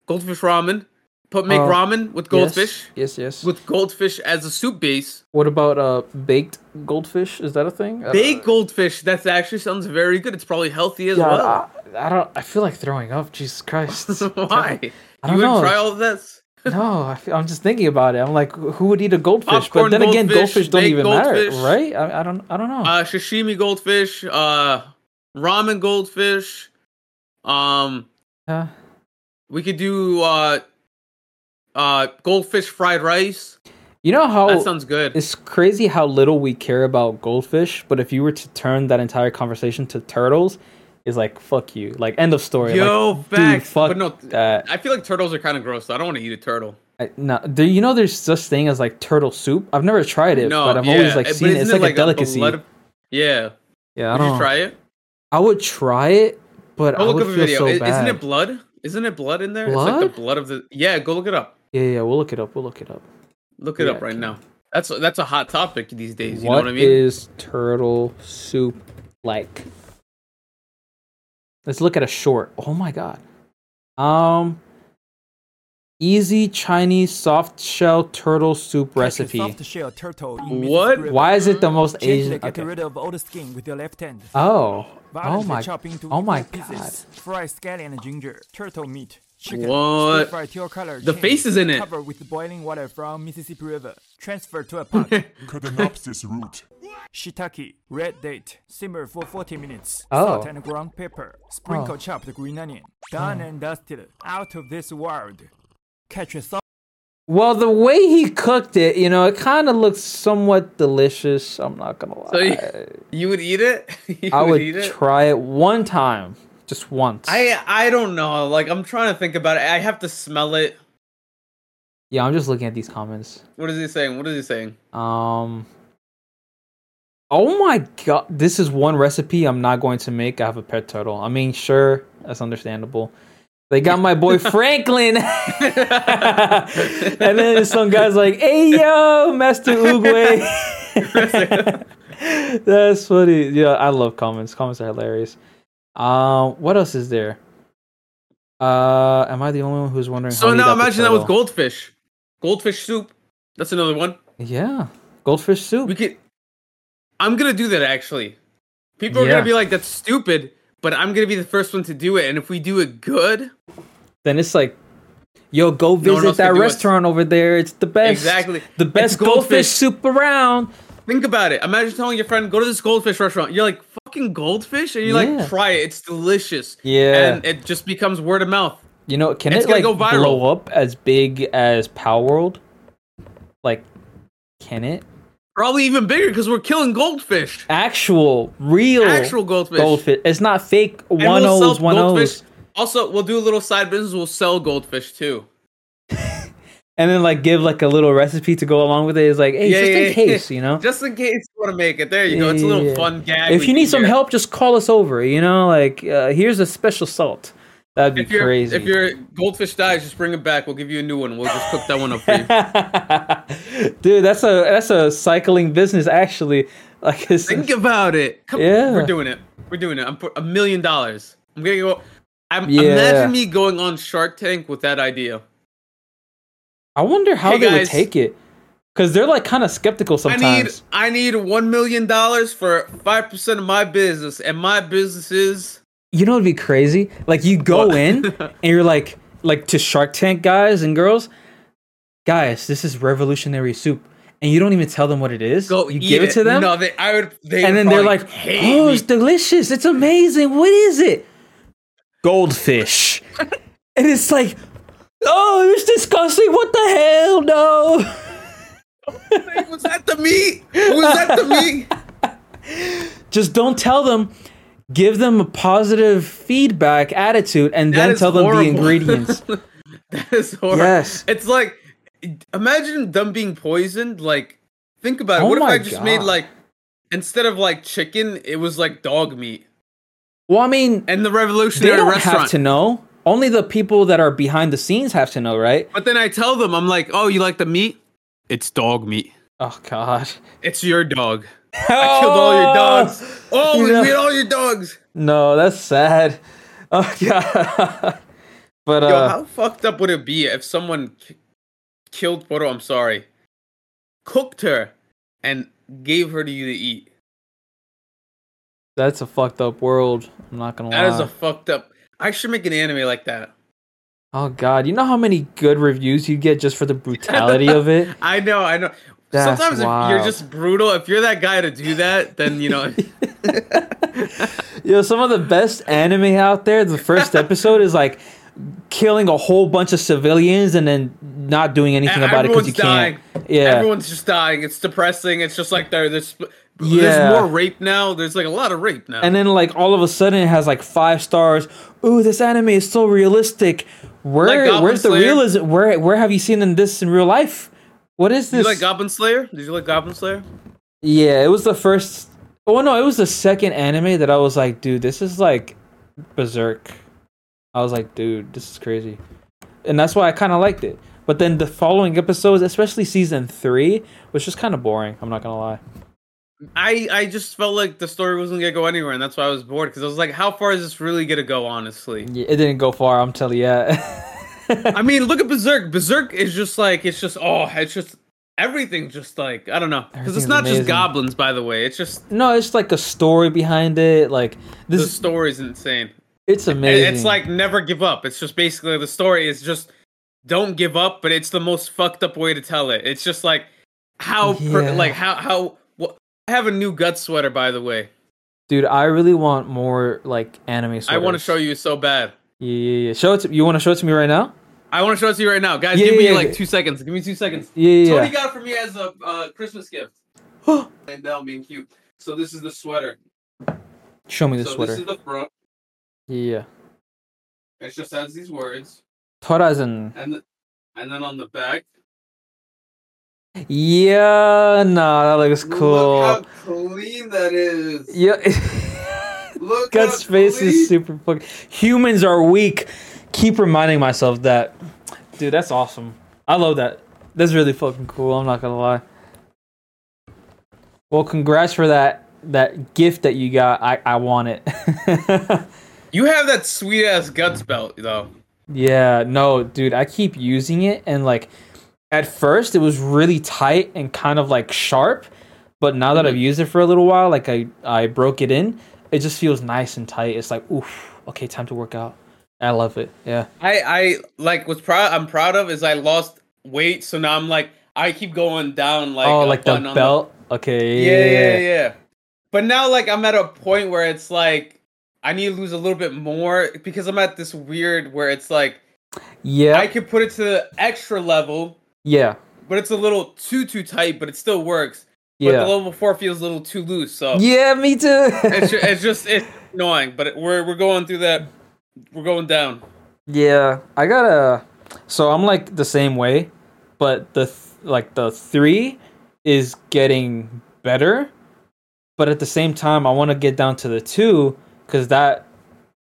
Speaker 4: goldfish, goldfish ramen. Put make
Speaker 3: Uh,
Speaker 4: ramen with goldfish
Speaker 3: Yes. Yes. yes.
Speaker 4: with goldfish as a soup base.
Speaker 3: what about uh baked goldfish? Is that a thing? I don't-
Speaker 4: Baked goldfish. That actually sounds very good. It's probably healthy as
Speaker 3: God,
Speaker 4: well.
Speaker 3: I, I don't. I feel like throwing up. Jesus Christ.
Speaker 4: Why? You
Speaker 3: I don't
Speaker 4: would
Speaker 3: know.
Speaker 4: try all of this.
Speaker 3: no, I feel, I'm just thinking about it. I'm like, who would eat a goldfish?
Speaker 4: Popcorn
Speaker 3: but then again, goldfish
Speaker 4: goldfish,
Speaker 3: don't
Speaker 4: baked
Speaker 3: even
Speaker 4: goldfish.
Speaker 3: matter, right? I, I don't. I don't know.
Speaker 4: Uh, sashimi goldfish. Uh, ramen goldfish. Um,
Speaker 3: Yeah.
Speaker 4: we could do uh, uh, goldfish fried rice.
Speaker 3: you know how
Speaker 4: that sounds good.
Speaker 3: Oh, it's crazy how little we care about goldfish, but if you were to turn that entire conversation to turtles, is like fuck you, like end of story.
Speaker 4: Yo,
Speaker 3: like,
Speaker 4: facts.
Speaker 3: Dude, fuck
Speaker 4: But no,
Speaker 3: that.
Speaker 4: I feel like turtles are kind of gross. Though. I don't want to eat a turtle.
Speaker 3: I, no, do you know there's such thing as like turtle soup? I've never tried it,
Speaker 4: no,
Speaker 3: but I've
Speaker 4: yeah.
Speaker 3: always like
Speaker 4: but
Speaker 3: seen it.
Speaker 4: isn't
Speaker 3: It's like, a delicacy.
Speaker 4: blood- yeah,
Speaker 3: yeah, I
Speaker 4: would
Speaker 3: don't.
Speaker 4: you try it?
Speaker 3: I would try it, but
Speaker 4: Go
Speaker 3: I
Speaker 4: look
Speaker 3: would
Speaker 4: up a
Speaker 3: feel
Speaker 4: video.
Speaker 3: so
Speaker 4: I-
Speaker 3: bad.
Speaker 4: Isn't it blood? Isn't it blood in there? It's like
Speaker 3: Blood?
Speaker 4: the blood of the. Yeah, go look it up.
Speaker 3: yeah, yeah, we'll look it up. We'll look it up.
Speaker 4: Look it
Speaker 3: Yeah,
Speaker 4: up right
Speaker 3: okay.
Speaker 4: now. That's that's a hot topic these days. You know
Speaker 3: What
Speaker 4: what I
Speaker 3: is
Speaker 4: mean?
Speaker 3: turtle soup like? Let's look at a short. Oh my god. Um easy Chinese soft shell turtle soup recipe.
Speaker 5: Soft-shell turtle in Mississippi
Speaker 4: What?
Speaker 5: River.
Speaker 3: Why is it the most
Speaker 5: Gently
Speaker 3: Asian?
Speaker 5: get
Speaker 3: Okay.
Speaker 5: rid of all the skin with your left hand.
Speaker 3: Oh. Oh
Speaker 5: Violently
Speaker 3: my.
Speaker 5: chop into
Speaker 3: Oh my
Speaker 5: equal
Speaker 3: god.
Speaker 5: pieces. Fry scallion and ginger, turtle meat, chicken,
Speaker 4: What?
Speaker 5: stir-fry till color
Speaker 4: The
Speaker 5: change,
Speaker 4: face is in it.
Speaker 5: Cover with boiling water from Mississippi River. Transfer to a pot.
Speaker 1: Cardinopsis root.
Speaker 5: Shiitake, red date. Simmer for 40 minutes.
Speaker 3: Oh.
Speaker 5: Salt and ground pepper. Sprinkle
Speaker 3: Oh.
Speaker 5: chopped green onion. Done and dusted. Out of this world. Catch a soft
Speaker 3: Well, the way he cooked it, you know, it kind of looks somewhat delicious. I'm not gonna lie.
Speaker 4: So you, you would eat it? You
Speaker 3: I
Speaker 4: eat
Speaker 3: would
Speaker 4: it?
Speaker 3: try it one time, just once.
Speaker 4: I I don't know. Like I'm trying to think about it. I have to smell it.
Speaker 3: yeah, I'm just looking at these comments.
Speaker 4: What is he saying? What is he saying?
Speaker 3: Um. Oh my god! This is one recipe I'm not going to make. I have a pet turtle. I mean, sure, that's understandable. They got my boy Franklin, and then some guys like, "Hey yo, Master Oogway." that's funny. Yeah, I love comments. Comments are hilarious. Um, what else is there? Uh, am I the only one who's wondering?
Speaker 4: So
Speaker 3: how he
Speaker 4: now
Speaker 3: got the
Speaker 4: imagine that with
Speaker 3: turtle?
Speaker 4: goldfish. Goldfish soup. That's another one.
Speaker 3: Yeah, goldfish soup.
Speaker 4: We could. I'm gonna do that actually. People are
Speaker 3: Yeah.
Speaker 4: gonna be like, "That's stupid," but I'm gonna be the first one to do it. And if we do it good,
Speaker 3: then it's like yo, go
Speaker 4: one
Speaker 3: visit
Speaker 4: else
Speaker 3: that
Speaker 4: could do it.
Speaker 3: restaurant over there. It's the best.
Speaker 4: Exactly.
Speaker 3: The
Speaker 4: It's
Speaker 3: best goldfish.
Speaker 4: goldfish.
Speaker 3: soup around.
Speaker 4: Think about it. Imagine telling your friend, go to this goldfish restaurant. You're like, fucking goldfish? And you
Speaker 3: Yeah.
Speaker 4: like, try it. It's delicious.
Speaker 3: Yeah.
Speaker 4: And it just becomes word of mouth.
Speaker 3: You know, can
Speaker 4: It's
Speaker 3: it
Speaker 4: gonna
Speaker 3: like
Speaker 4: go viral.
Speaker 3: blow up as big as Power World? Like, can it?
Speaker 4: Probably even bigger because we're killing goldfish.
Speaker 3: Actual, real,
Speaker 4: Actual goldfish.
Speaker 3: goldfish. It's not fake one
Speaker 4: we'll sell
Speaker 3: O's, one O's.
Speaker 4: Also, we'll do a little side business. We'll sell goldfish too.
Speaker 3: And then like give like a little recipe to go along with it. It's like, hey, just in case, you know.
Speaker 4: Just in case you want to make it. There you go. It's a little
Speaker 3: Yeah.
Speaker 4: fun gag. we
Speaker 3: If you
Speaker 4: do
Speaker 3: need some
Speaker 4: here.
Speaker 3: help, just call us over. You know, like uh, here's a special salt. That'd be
Speaker 4: if your
Speaker 3: crazy.
Speaker 4: if your goldfish dies, just bring it back. We'll give you a new one. We'll just cook that one up for you.
Speaker 3: Dude, that's a that's a cycling business actually. Like it's,
Speaker 4: Think about it. Come
Speaker 3: Yeah.
Speaker 4: we're doing it. We're doing it. I'm put a million dollars. I'm gonna go. I'm,
Speaker 3: Yeah.
Speaker 4: Imagine me going on Shark Tank with that idea.
Speaker 3: I wonder how
Speaker 4: Hey,
Speaker 3: they would
Speaker 4: guys.
Speaker 3: take it because they're like kind of skeptical sometimes.
Speaker 4: I need I need one million dollars for five percent of my business, and my business is
Speaker 3: you know what'd be crazy? Like you go
Speaker 4: What?
Speaker 3: in and you're like like to Shark Tank guys and girls, guys, this is revolutionary soup. And you don't even tell them what it is.
Speaker 4: go.
Speaker 3: you
Speaker 4: eat
Speaker 3: give it, to them.
Speaker 4: No, they. I would. They
Speaker 3: and
Speaker 4: would
Speaker 3: then they're
Speaker 4: probably
Speaker 3: like,
Speaker 4: hate
Speaker 3: "Oh,
Speaker 4: me."
Speaker 3: it's delicious! It's amazing! What is it?" Goldfish, and it's like, "Oh, it's disgusting! What the hell? No!" "Oh,
Speaker 4: was that the meat? Was that the meat?
Speaker 3: Just don't tell them. Give them a positive feedback attitude, and
Speaker 4: That
Speaker 3: then
Speaker 4: is
Speaker 3: tell them the
Speaker 4: horrible.
Speaker 3: ingredients.
Speaker 4: that is horrible.
Speaker 3: Yes.
Speaker 4: It's like imagine them being poisoned. Like think about it.
Speaker 3: Oh
Speaker 4: what if
Speaker 3: my
Speaker 4: I just made
Speaker 3: God.
Speaker 4: like instead of like chicken, it was like dog meat.
Speaker 3: well, I mean,
Speaker 4: And the
Speaker 3: they
Speaker 4: revolutionary
Speaker 3: don't
Speaker 4: restaurant.
Speaker 3: have to know. Only the people that are behind the scenes have to know, right?
Speaker 4: But then I tell them, I'm like, oh, you like the meat? It's dog meat.
Speaker 3: Oh God!
Speaker 4: It's your dog.
Speaker 3: Oh.
Speaker 4: I killed all your dogs. Oh,
Speaker 3: You
Speaker 4: we
Speaker 3: know-
Speaker 4: we ate all your dogs.
Speaker 3: No, that's sad. Oh God! but
Speaker 4: Yo,
Speaker 3: uh,
Speaker 4: how fucked up would it be if someone k- killed Poro? I'm sorry, cooked her and gave her to you to eat.
Speaker 3: That's a fucked up world. I'm not gonna
Speaker 4: That
Speaker 3: lie.
Speaker 4: is a fucked up. I should make an anime like that.
Speaker 3: oh god, you know how many good reviews you get just for the brutality of it?
Speaker 4: I know, I know.
Speaker 3: That's
Speaker 4: Sometimes if
Speaker 3: wild.
Speaker 4: you're just brutal, if you're that guy to do that, then you know.
Speaker 3: Yo, some of the best anime out there. The first episode is like killing a whole bunch of civilians and then not doing anything about it because you
Speaker 4: Everyone's dying.
Speaker 3: can't. Yeah,
Speaker 4: Everyone's just dying. It's depressing. It's just like there, there's
Speaker 3: Yeah.
Speaker 4: there's more rape now. There's like a lot of rape now.
Speaker 3: and then like all of a sudden it has like five stars. Ooh, this anime is so realistic. Where
Speaker 4: Goblin
Speaker 3: where's the
Speaker 4: Slayer?
Speaker 3: realism? Where where have you seen in this in real life? What is
Speaker 4: Did
Speaker 3: this?
Speaker 4: you like Goblin Slayer? Did you like Goblin Slayer?
Speaker 3: Yeah, it was the first. Oh no, it was the second anime that I was like, dude, this is like berserk. I was like, dude, this is crazy, and that's why I kind of liked it. But then the following episodes, especially season three, was just kind of boring. I'm not gonna lie.
Speaker 4: I I just felt like the story wasn't gonna go anywhere, and that's why I was bored. Because I was like, how far is this really gonna go? Honestly,
Speaker 3: Yeah, it didn't go far. I'm telling you. Yeah.
Speaker 4: I mean, look at Berserk. Berserk is just like it's just oh, it's just everything. Just like I don't know, because
Speaker 3: Everything's
Speaker 4: it's not
Speaker 3: amazing.
Speaker 4: just goblins, by the way. It's just
Speaker 3: no, it's like a story behind it. Like
Speaker 4: the
Speaker 3: this,
Speaker 4: story's insane.
Speaker 3: it's
Speaker 4: And
Speaker 3: amazing.
Speaker 4: It's like never give up. It's just basically the story is just don't give up, but it's the most fucked up way to tell it. It's just like how per-
Speaker 3: Yeah.
Speaker 4: like how how. wha- I have a new gut sweater, by the way.
Speaker 3: dude, I really want more like anime. Sweaters.
Speaker 4: I want to show you so bad.
Speaker 3: Yeah, yeah, yeah. Show it. To, you want to show it to me right now?
Speaker 4: I want to show it to you right now, guys.
Speaker 3: Yeah,
Speaker 4: give me
Speaker 3: yeah,
Speaker 4: like
Speaker 3: yeah.
Speaker 4: two seconds. Give me two seconds.
Speaker 3: Yeah, yeah. yeah.
Speaker 4: Tony got it for me as a uh, Christmas gift. and now being cute. So this is the sweater.
Speaker 3: show me the
Speaker 4: so
Speaker 3: sweater.
Speaker 4: this is the front.
Speaker 3: yeah.
Speaker 4: It just has these words,
Speaker 3: Torazan.
Speaker 4: and th- and then on the back.
Speaker 3: Yeah, nah, that looks cool.
Speaker 4: Look how clean that is.
Speaker 3: yeah,
Speaker 4: Look how
Speaker 3: God's face
Speaker 4: clean.
Speaker 3: is super fucking. Humans are weak. Keep reminding myself that, dude. That's awesome. I love that. That's really fucking cool. I'm not gonna lie. Well, congrats for that that gift that you got. I I want it.
Speaker 4: You have that sweet ass guts belt though.
Speaker 3: Yeah, no, dude, I keep using it and like at first it was really tight and kind of like sharp, but now that I've used it for a little while, like I I broke it in, it just feels nice and tight. It's like, oof, okay, time to work out. I love it. Yeah.
Speaker 4: I I like what's proud I'm proud of is I lost weight, so now I'm like I keep going down like
Speaker 3: oh,
Speaker 4: a
Speaker 3: like the
Speaker 4: button on
Speaker 3: belt. Okay.
Speaker 4: yeah, yeah,
Speaker 3: yeah.
Speaker 4: yeah. But now, like, I'm at a point where it's like I need to lose a little bit more because I'm at this weird where it's like
Speaker 3: Yeah.
Speaker 4: I could put it to the extra level,
Speaker 3: yeah.
Speaker 4: but it's a little too too tight, but it still works. But the
Speaker 3: Yeah.
Speaker 4: level four feels a little too loose, so
Speaker 3: Yeah, me too.
Speaker 4: it's, ju- it's just it's annoying. But it, we're we're going through that. We're going down.
Speaker 3: Yeah, I gotta. So I'm like the same way, but the th- like the three is getting better, but at the same time, I want to get down to the two because that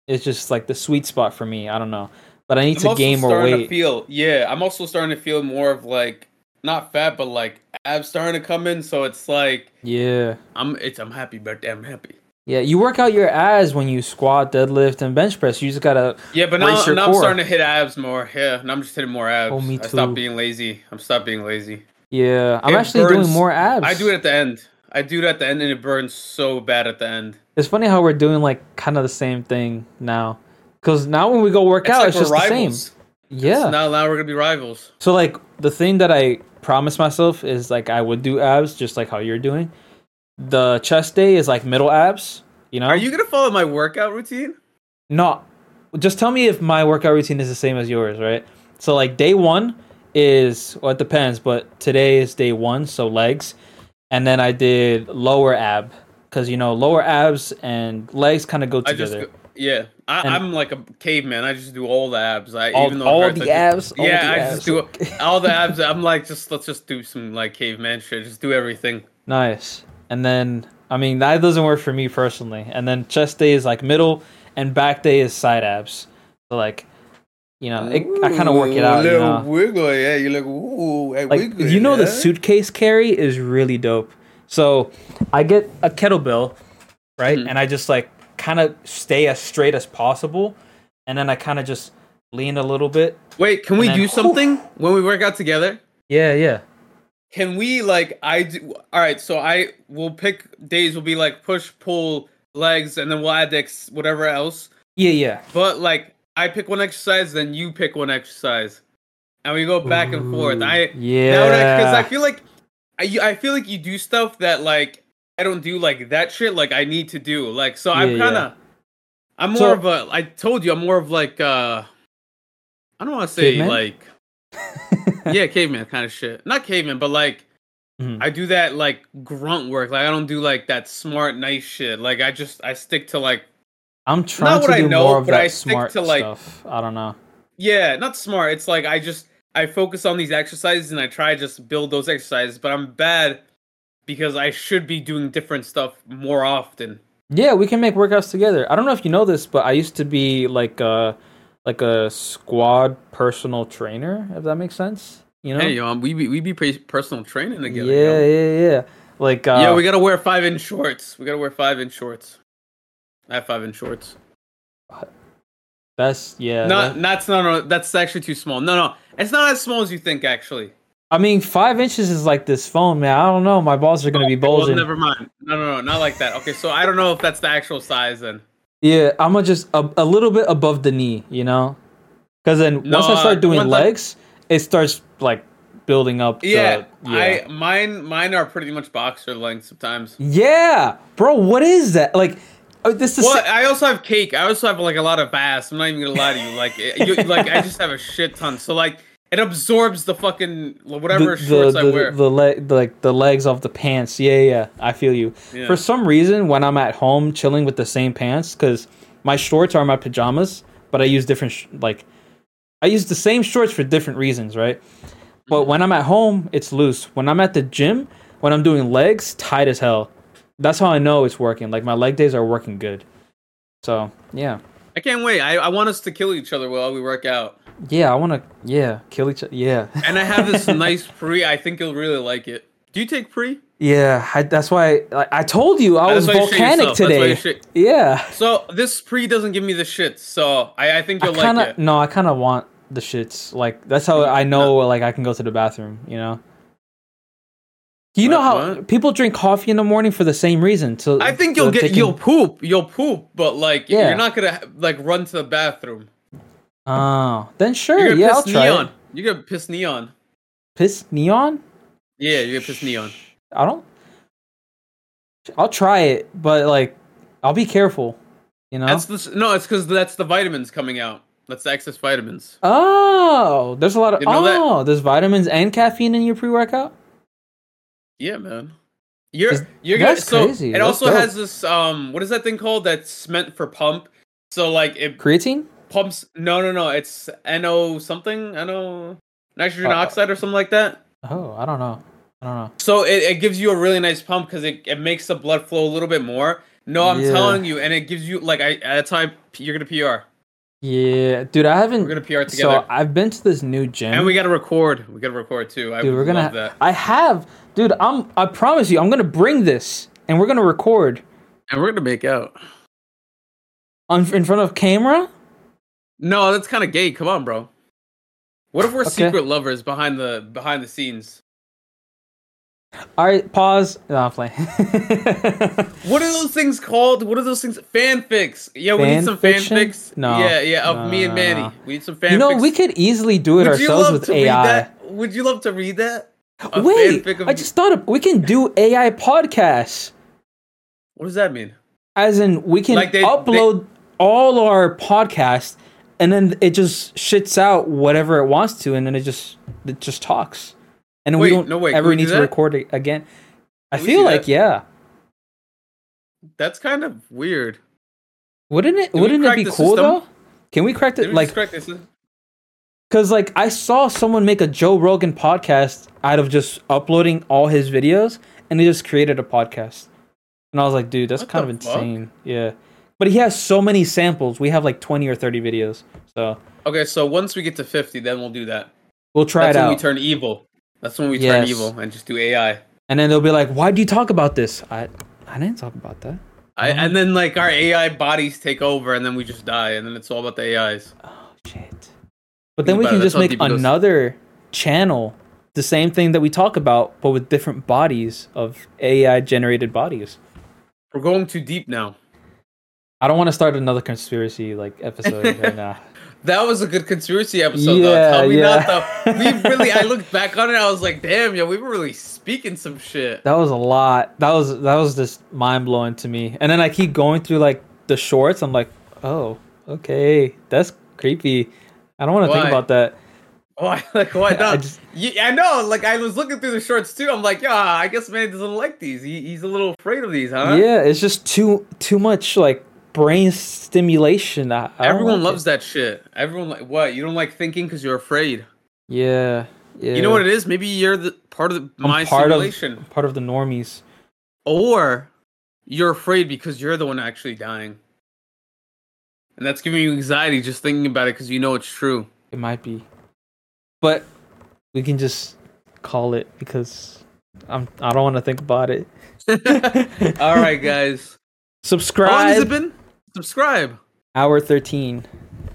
Speaker 3: is just like the sweet spot for me. I don't know, but I need
Speaker 4: I'm
Speaker 3: to
Speaker 4: also
Speaker 3: gain more
Speaker 4: starting
Speaker 3: weight.
Speaker 4: To feel yeah, I'm also starting to feel more of like not fat, but like abs starting to come in. So it's like
Speaker 3: yeah,
Speaker 4: I'm it's I'm happy, but I'm happy.
Speaker 3: yeah. You work out your abs when you squat, deadlift, and bench press. You just gotta.
Speaker 4: Yeah, but
Speaker 3: Brace
Speaker 4: now,
Speaker 3: your
Speaker 4: now I'm
Speaker 3: core.
Speaker 4: starting to hit abs more. Yeah, now I'm just hitting more abs.
Speaker 3: Oh, me
Speaker 4: I
Speaker 3: too.
Speaker 4: stopped being lazy. I'm stopped being lazy.
Speaker 3: Yeah, I'm
Speaker 4: It
Speaker 3: actually
Speaker 4: burns-
Speaker 3: doing more abs.
Speaker 4: I do it at the end. I do it at the end, and it burns so bad at the end.
Speaker 3: It's funny how we're doing like kind of the same thing now, because now when we go work
Speaker 4: It's
Speaker 3: out,
Speaker 4: like
Speaker 3: it's
Speaker 4: we're
Speaker 3: just the
Speaker 4: rivals.
Speaker 3: same. Yeah.
Speaker 4: So now, now we're gonna be rivals.
Speaker 3: So like the thing that I promised myself is like I would do abs just like how you're doing. The chest day is like middle abs, you know?
Speaker 4: Are you gonna follow my workout routine?
Speaker 3: No. Just tell me if my workout routine is the same as yours, right? So like day 1 is well it depends, but today is day 1, so legs. And then I did lower ab cuz you know, lower abs and legs kind of go
Speaker 4: I just
Speaker 3: together.
Speaker 4: go- yeah. I,
Speaker 3: And-
Speaker 4: I'm like a caveman. I just do all the abs. I
Speaker 3: All-
Speaker 4: even though
Speaker 3: all
Speaker 4: it hurts,
Speaker 3: the
Speaker 4: I do-
Speaker 3: abs? All
Speaker 4: yeah,
Speaker 3: the
Speaker 4: I
Speaker 3: abs,
Speaker 4: just do all the abs. I'm like just let's just do some like caveman shit. Just do everything.
Speaker 3: Nice. And then, I mean, that doesn't work for me personally. And then chest day is like middle, and back day is side abs. So like, you know, it, I kind of work it out. You
Speaker 4: Little
Speaker 3: know?
Speaker 4: wiggle, yeah. You look ooh, I
Speaker 3: Like,
Speaker 4: wiggle,
Speaker 3: you know, the
Speaker 4: yeah.
Speaker 3: suitcase carry is really dope. So I get a kettlebell, right,
Speaker 4: Hmm.
Speaker 3: and I just like kind of stay as straight as possible, and then I kind of just lean a little bit.
Speaker 4: Wait, can we
Speaker 3: And then-
Speaker 4: do something when we work out together?
Speaker 3: Yeah, yeah.
Speaker 4: Can we like I do? All right, so I will pick days. Will be like push, pull, legs, and then we'll add the ex- whatever else.
Speaker 3: Yeah, yeah.
Speaker 4: But like I pick one exercise, then you pick one exercise, and we go back and forth. I
Speaker 3: yeah.
Speaker 4: because I feel like I you- I feel like you do stuff that like I don't do like that shit. Like I need to do like so. I'm
Speaker 3: Yeah,
Speaker 4: kind
Speaker 3: yeah.
Speaker 4: of I'm more
Speaker 3: So-
Speaker 4: of a. I told you I'm more of like uh I don't want to say
Speaker 3: Caveman?
Speaker 4: like yeah caveman kind of shit. Not caveman, but like.
Speaker 3: Mhm.
Speaker 4: I do that like grunt work. Like I don't do like that smart nice shit. Like I just I stick to like
Speaker 3: I'm trying
Speaker 4: what
Speaker 3: to
Speaker 4: I
Speaker 3: do
Speaker 4: know,
Speaker 3: more of
Speaker 4: but
Speaker 3: that
Speaker 4: I stick
Speaker 3: smart
Speaker 4: to, like-
Speaker 3: stuff. I don't know.
Speaker 4: Yeah, not smart. It's like I just I focus on these exercises and I try to just build those exercises, but I'm bad because I should be doing different stuff more often.
Speaker 3: Yeah, we can make workouts together. I don't know if you know this, but I used to be like a like a squad personal trainer, if that makes sense. You know?
Speaker 4: Hey, yo, um, we be we be pre- personal training together.
Speaker 3: yeah,
Speaker 4: yo.
Speaker 3: yeah, yeah. Like uh,
Speaker 4: yeah. we gotta wear five inch shorts. We gotta wear five inch shorts. I have five inch shorts.
Speaker 3: that's yeah.
Speaker 4: Not
Speaker 3: that-
Speaker 4: that's not no, that's actually too small. No, no, it's not as small as you think. Actually,
Speaker 3: I mean, five inches is like this phone, man. I don't know. My balls are gonna be
Speaker 4: well,
Speaker 3: bulging.
Speaker 4: never mind. No, no, no, not like that. Okay, so I don't know if that's the actual size then.
Speaker 3: Yeah, I'm gonna just a, a little bit above the knee, you know? Because then once I
Speaker 4: No,
Speaker 3: start doing
Speaker 4: once I-
Speaker 3: legs, it starts like building up. the-
Speaker 4: Yeah, I mine mine are pretty much boxer length sometimes.
Speaker 3: yeah, bro. What is that? Like, oh, this is
Speaker 4: Well, I also have cake. I also have like a lot of ass. I'm not even gonna lie to you. Like, it- you, like I just have a shit ton. So like, it absorbs the fucking whatever shorts
Speaker 3: the,
Speaker 4: I wear.
Speaker 3: the leg like the legs off the pants yeah yeah i feel you
Speaker 4: Yeah.
Speaker 3: for some reason when i'm at home chilling with the same pants because my shorts are my pajamas but i use different sh- like i use the same shorts for different reasons right
Speaker 4: Mm-hmm.
Speaker 3: but when i'm at home it's loose when i'm at the gym when i'm doing legs tight as hell that's how i know it's working like my leg days are working good so yeah
Speaker 4: I can't wait. I, I want us to kill each other while we work out.
Speaker 3: yeah i want to yeah kill each other yeah
Speaker 4: And I have this nice pre. I think you'll really like it. Do you take pre?
Speaker 3: Yeah, I, that's why I, I told you I was
Speaker 4: That's why you shit
Speaker 3: volcanic
Speaker 4: yourself. That's why
Speaker 3: today.
Speaker 4: you shit-
Speaker 3: yeah,
Speaker 4: So this pre doesn't give me the shit. So I, I think
Speaker 3: I
Speaker 4: you'll
Speaker 3: kind of
Speaker 4: like it.
Speaker 3: no, I kind of want the shits. Like that's how I know like I can go to the bathroom. You know. You know
Speaker 4: What-
Speaker 3: how
Speaker 4: what?
Speaker 3: people drink coffee in the morning for the same reason. To
Speaker 4: I think you'll
Speaker 3: to- they
Speaker 4: get
Speaker 3: can-
Speaker 4: you'll poop. You'll poop, but like
Speaker 3: Yeah.
Speaker 4: you're not gonna like run to the bathroom.
Speaker 3: Oh, then
Speaker 4: You're
Speaker 3: sure,
Speaker 4: gonna
Speaker 3: yeah, I'll
Speaker 4: piss
Speaker 3: try.
Speaker 4: neon.
Speaker 3: It.
Speaker 4: You're gonna piss neon.
Speaker 3: Piss neon?
Speaker 4: Yeah, you're gonna piss neon.
Speaker 3: I don't. I'll try it, but like, I'll be careful. You know.
Speaker 4: That's the s- no. It's because that's the vitamins coming out. That's the excess vitamins.
Speaker 3: oh, there's a lot of
Speaker 4: Didn't know that.
Speaker 3: oh, there's vitamins and caffeine in your pre-workout.
Speaker 4: Yeah, man. You're
Speaker 3: Is-
Speaker 4: you're gonna
Speaker 3: that's
Speaker 4: so
Speaker 3: crazy.
Speaker 4: it
Speaker 3: That's
Speaker 4: also
Speaker 3: dope.
Speaker 4: has this um what is that thing called that's meant for pump? So like it
Speaker 3: Creatine?
Speaker 4: pumps no no no it's NO something NO nitrogen
Speaker 3: Uh,
Speaker 4: oxide or something like that.
Speaker 3: Oh, I don't know. I don't know.
Speaker 4: So it, it gives you a really nice pump because it, it makes the blood flow a little bit more. No, I'm
Speaker 3: Yeah.
Speaker 4: telling you, and it gives you like I that's how I, you're gonna PR.
Speaker 3: Yeah, dude, I haven't.
Speaker 4: We're gonna
Speaker 3: so
Speaker 4: PR together,
Speaker 3: I've been to this new gym.
Speaker 4: and we gotta record. We gotta record too. I
Speaker 3: dude, we're
Speaker 4: would
Speaker 3: gonna.
Speaker 4: love that,
Speaker 3: I have, dude. I'm. I promise you, I'm gonna bring this, and we're gonna record
Speaker 4: and we're gonna make out.
Speaker 3: on in front of camera.
Speaker 4: No, that's kind of gay. Come on, bro. What if we're
Speaker 3: Okay.
Speaker 4: secret lovers behind the behind the scenes?
Speaker 3: All right, pause. No, I'm playing.
Speaker 4: What are those things called? What are those things? Fanfics. Yeah, we
Speaker 3: Fan
Speaker 4: need some
Speaker 3: fiction?
Speaker 4: fanfics.
Speaker 3: No.
Speaker 4: Yeah, yeah. Of
Speaker 3: No,
Speaker 4: me
Speaker 3: no,
Speaker 4: and
Speaker 3: no,
Speaker 4: Manny,
Speaker 3: no.
Speaker 4: we need some fanfics.
Speaker 3: you know, we could easily do it
Speaker 4: Would you
Speaker 3: ourselves
Speaker 4: love
Speaker 3: with
Speaker 4: to read
Speaker 3: AI.
Speaker 4: that? Would you love to read that? A
Speaker 3: Wait,
Speaker 4: fanfic of-
Speaker 3: I just thought of, we can do AI podcasts,
Speaker 4: What does that mean?
Speaker 3: as in we can
Speaker 4: Like they-
Speaker 3: upload all our podcasts, and then it just shits out whatever it wants to, and then it just it just talks, and then
Speaker 4: Wait,
Speaker 3: we don't
Speaker 4: no, wait, can
Speaker 3: ever
Speaker 4: we do
Speaker 3: need to
Speaker 4: that?
Speaker 3: record it again. I
Speaker 4: Can we
Speaker 3: feel
Speaker 4: do
Speaker 3: like
Speaker 4: that?
Speaker 3: yeah,
Speaker 4: That's kind of weird.
Speaker 3: wouldn't it?
Speaker 4: we
Speaker 3: wouldn't it
Speaker 4: crack
Speaker 3: be
Speaker 4: the
Speaker 3: cool
Speaker 4: system?
Speaker 3: though? Can we crack
Speaker 4: Did
Speaker 3: it?
Speaker 4: we
Speaker 3: Like,
Speaker 4: just correct this?
Speaker 3: Cause like I saw someone make a Joe Rogan podcast out of just uploading all his videos, and he just created a podcast. And I was like, dude, that's
Speaker 4: What
Speaker 3: kind
Speaker 4: the
Speaker 3: of
Speaker 4: fuck?
Speaker 3: insane. Yeah, but he has so many samples. We have like twenty or thirty videos, so
Speaker 4: Okay, so once we get to fifty, then we'll do that.
Speaker 3: we'll try
Speaker 4: That's
Speaker 3: it
Speaker 4: when
Speaker 3: out.
Speaker 4: we turn evil. That's when we turn
Speaker 3: Yes.
Speaker 4: evil and just do AI.
Speaker 3: and then they'll be like, "Why do you talk about this?" I I didn't talk about that.
Speaker 4: I,
Speaker 3: Mm-hmm.
Speaker 4: and then like our AI bodies take over, and then we just die, and then it's all about the AIs.
Speaker 3: Shit. But then we
Speaker 4: about
Speaker 3: can
Speaker 4: it,
Speaker 3: just
Speaker 4: that's how
Speaker 3: make
Speaker 4: deep it goes.
Speaker 3: another channel, the same thing that we talk about, but with different bodies of AI generated bodies.
Speaker 4: We're going too deep now.
Speaker 3: I don't want to start another conspiracy like episode right now.
Speaker 4: That was a good conspiracy episode,
Speaker 3: Yeah,
Speaker 4: though. Tell me
Speaker 3: yeah.
Speaker 4: not though. We really, I looked back on it, I was like, damn, yo, we were really speaking some shit.
Speaker 3: That was a lot. That was that was just mind blowing to me. And then I keep going through like the shorts. I'm like, oh, okay, that's creepy. I don't want to think
Speaker 4: Why?
Speaker 3: about that.
Speaker 4: Why, like, why
Speaker 3: I
Speaker 4: not? I,
Speaker 3: just-
Speaker 4: I know, like, I was looking through the shorts too. I'm like, yeah, I guess man doesn't like these. He, he's a little afraid of these, huh?
Speaker 3: Yeah, it's just too too much like brain stimulation. I, I don't
Speaker 4: Everyone
Speaker 3: like
Speaker 4: loves
Speaker 3: it.
Speaker 4: that shit. Everyone like what? You don't like thinking because you're afraid.
Speaker 3: Yeah, yeah.
Speaker 4: You know what it is? Maybe you're the part of the, my
Speaker 3: part of-
Speaker 4: simulation,
Speaker 3: I'm part of the normies.
Speaker 4: or you're afraid because you're the one actually dying, and that's giving you anxiety just thinking about it because you know it's true.
Speaker 3: It might be, but we can just call it because I'm. I don't want to think about it.
Speaker 4: All right, guys. How long has it
Speaker 3: Subscribe.
Speaker 4: been? Subscribe.
Speaker 3: Hour thirteen.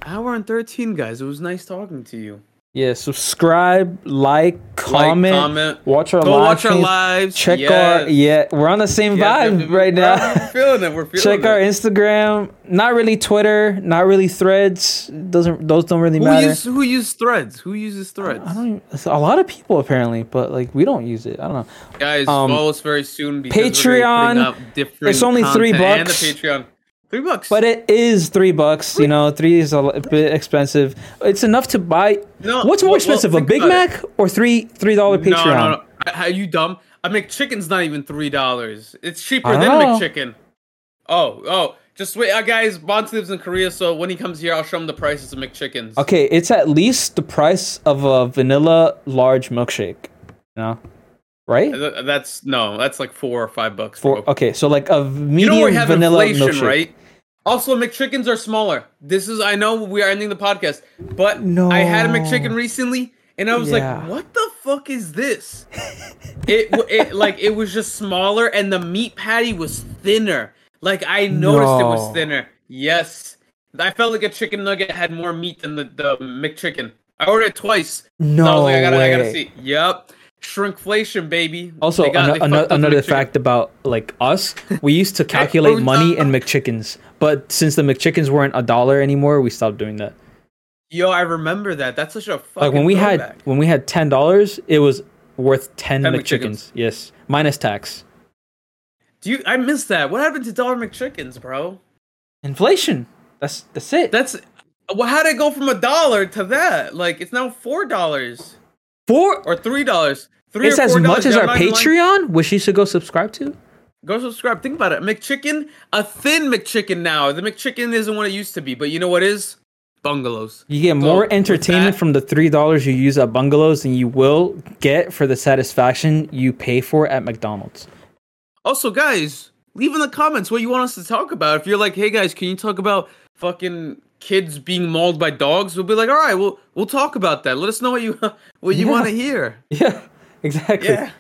Speaker 4: Hour and thirteen, guys. It was nice talking to you.
Speaker 3: Yeah, subscribe, like, comment,
Speaker 4: comment.
Speaker 3: watch our
Speaker 4: Go
Speaker 3: live
Speaker 4: watch our
Speaker 3: streams,
Speaker 4: lives.
Speaker 3: Check our
Speaker 4: Yes.
Speaker 3: yeah, we're on the same
Speaker 4: Yes,
Speaker 3: vibe
Speaker 4: if-
Speaker 3: right
Speaker 4: we're- We're
Speaker 3: now.
Speaker 4: feeling it. We're feeling
Speaker 3: Check
Speaker 4: it.
Speaker 3: our Instagram, not really Twitter, not really Threads. Doesn't those don't really
Speaker 4: Who,
Speaker 3: matter.
Speaker 4: use, who uses threads? Who uses threads?
Speaker 3: E I don't even- a lot of people apparently, but like we don't use it. I don't know.
Speaker 4: Guys,
Speaker 3: Um,
Speaker 4: follow us very soon. Because we're
Speaker 3: Patreon,
Speaker 4: gonna be putting up different
Speaker 3: it's only three
Speaker 4: content
Speaker 3: bucks.
Speaker 4: And the Patreon, three bucks.
Speaker 3: But it is three bucks. You know, three is a li- bit expensive. It's enough to buy.
Speaker 4: No,
Speaker 3: What's more
Speaker 4: well, well,
Speaker 3: expensive, a
Speaker 4: think
Speaker 3: Big
Speaker 4: about it.
Speaker 3: Mac or three three dollar Patreon?
Speaker 4: no, no, no. I- Are you dumb? I make chicken's not even three dollars. It's cheaper
Speaker 3: I
Speaker 4: than
Speaker 3: don't know.
Speaker 4: a McChicken. Oh, oh, just wait, uh, guys. Bonds lives in Korea, so when he comes here, I'll show him the prices of McChickens.
Speaker 3: Okay, it's at least the price of a vanilla large milkshake. You know, right?
Speaker 4: Th- Uh, That's no, that's like four or five bucks.
Speaker 3: For
Speaker 4: bro.
Speaker 3: okay, so like a medium
Speaker 4: you know we have
Speaker 3: vanilla
Speaker 4: inflation,
Speaker 3: milkshake.
Speaker 4: right? Also, McChickens are smaller. This is I know we are ending the podcast, but I had a
Speaker 3: No.
Speaker 4: McChicken recently, and I was
Speaker 3: Yeah.
Speaker 4: like, "What the fuck is this?" it, w- it like it was just smaller, and the meat patty was thinner. Like I noticed it was
Speaker 3: No.
Speaker 4: thinner. Yes, I felt like a chicken nugget had more meat than the the McChicken. I ordered it twice.
Speaker 3: No
Speaker 4: so I was like, I gotta, I gotta
Speaker 3: way.
Speaker 4: see. Yep, shrinkflation, baby.
Speaker 3: Also,
Speaker 4: They got-
Speaker 3: ano- ano-
Speaker 4: they fucked up the
Speaker 3: another
Speaker 4: McChicken.
Speaker 3: fact about like us, we used to calculate
Speaker 4: Expo
Speaker 3: money in McChickens, but since the McChickens weren't a dollar anymore, we stopped doing that.
Speaker 4: Yo, I remember that. That's such a fucking
Speaker 3: Like when we had
Speaker 4: throwback.
Speaker 3: when we had ten dollars, it was worth ten
Speaker 4: 10
Speaker 3: McChickens.
Speaker 4: McChickens.
Speaker 3: Yes, minus tax.
Speaker 4: Do you? I missed that. What happened to Dollar McChickens, bro?
Speaker 3: Inflation. That's that's it.
Speaker 4: That's well, how did it go from a dollar to that? Like it's now four dollars
Speaker 3: Four.
Speaker 4: or three dollars. Three
Speaker 3: It's
Speaker 4: or
Speaker 3: as
Speaker 4: $4.
Speaker 3: much as
Speaker 4: Yeah,
Speaker 3: our
Speaker 4: I'm not even lying.
Speaker 3: Patreon, which you should go subscribe to.
Speaker 4: Go subscribe. Think about it. McChicken, a thin McChicken now. The McChicken isn't what it used to be, but you know what is? Bungalows.
Speaker 3: You get
Speaker 4: So,
Speaker 3: more
Speaker 4: with
Speaker 3: entertainment
Speaker 4: that-
Speaker 3: from the three dollars you use at bungalows than you will get for the satisfaction you pay for at McDonald's.
Speaker 4: Also, guys, leave in the comments what you want us to talk about. If you're like, hey guys, can you talk about fucking kids being mauled by dogs? We'll be like, all right, we'll we'll talk about that. Let us know what you what you
Speaker 3: Yeah.
Speaker 4: want to hear.
Speaker 3: Yeah, exactly.
Speaker 4: Yeah.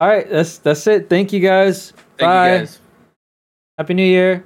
Speaker 3: All right, that's that's it. Thank you guys.
Speaker 4: Thank
Speaker 3: Bye.
Speaker 4: you guys.
Speaker 3: Happy New Year.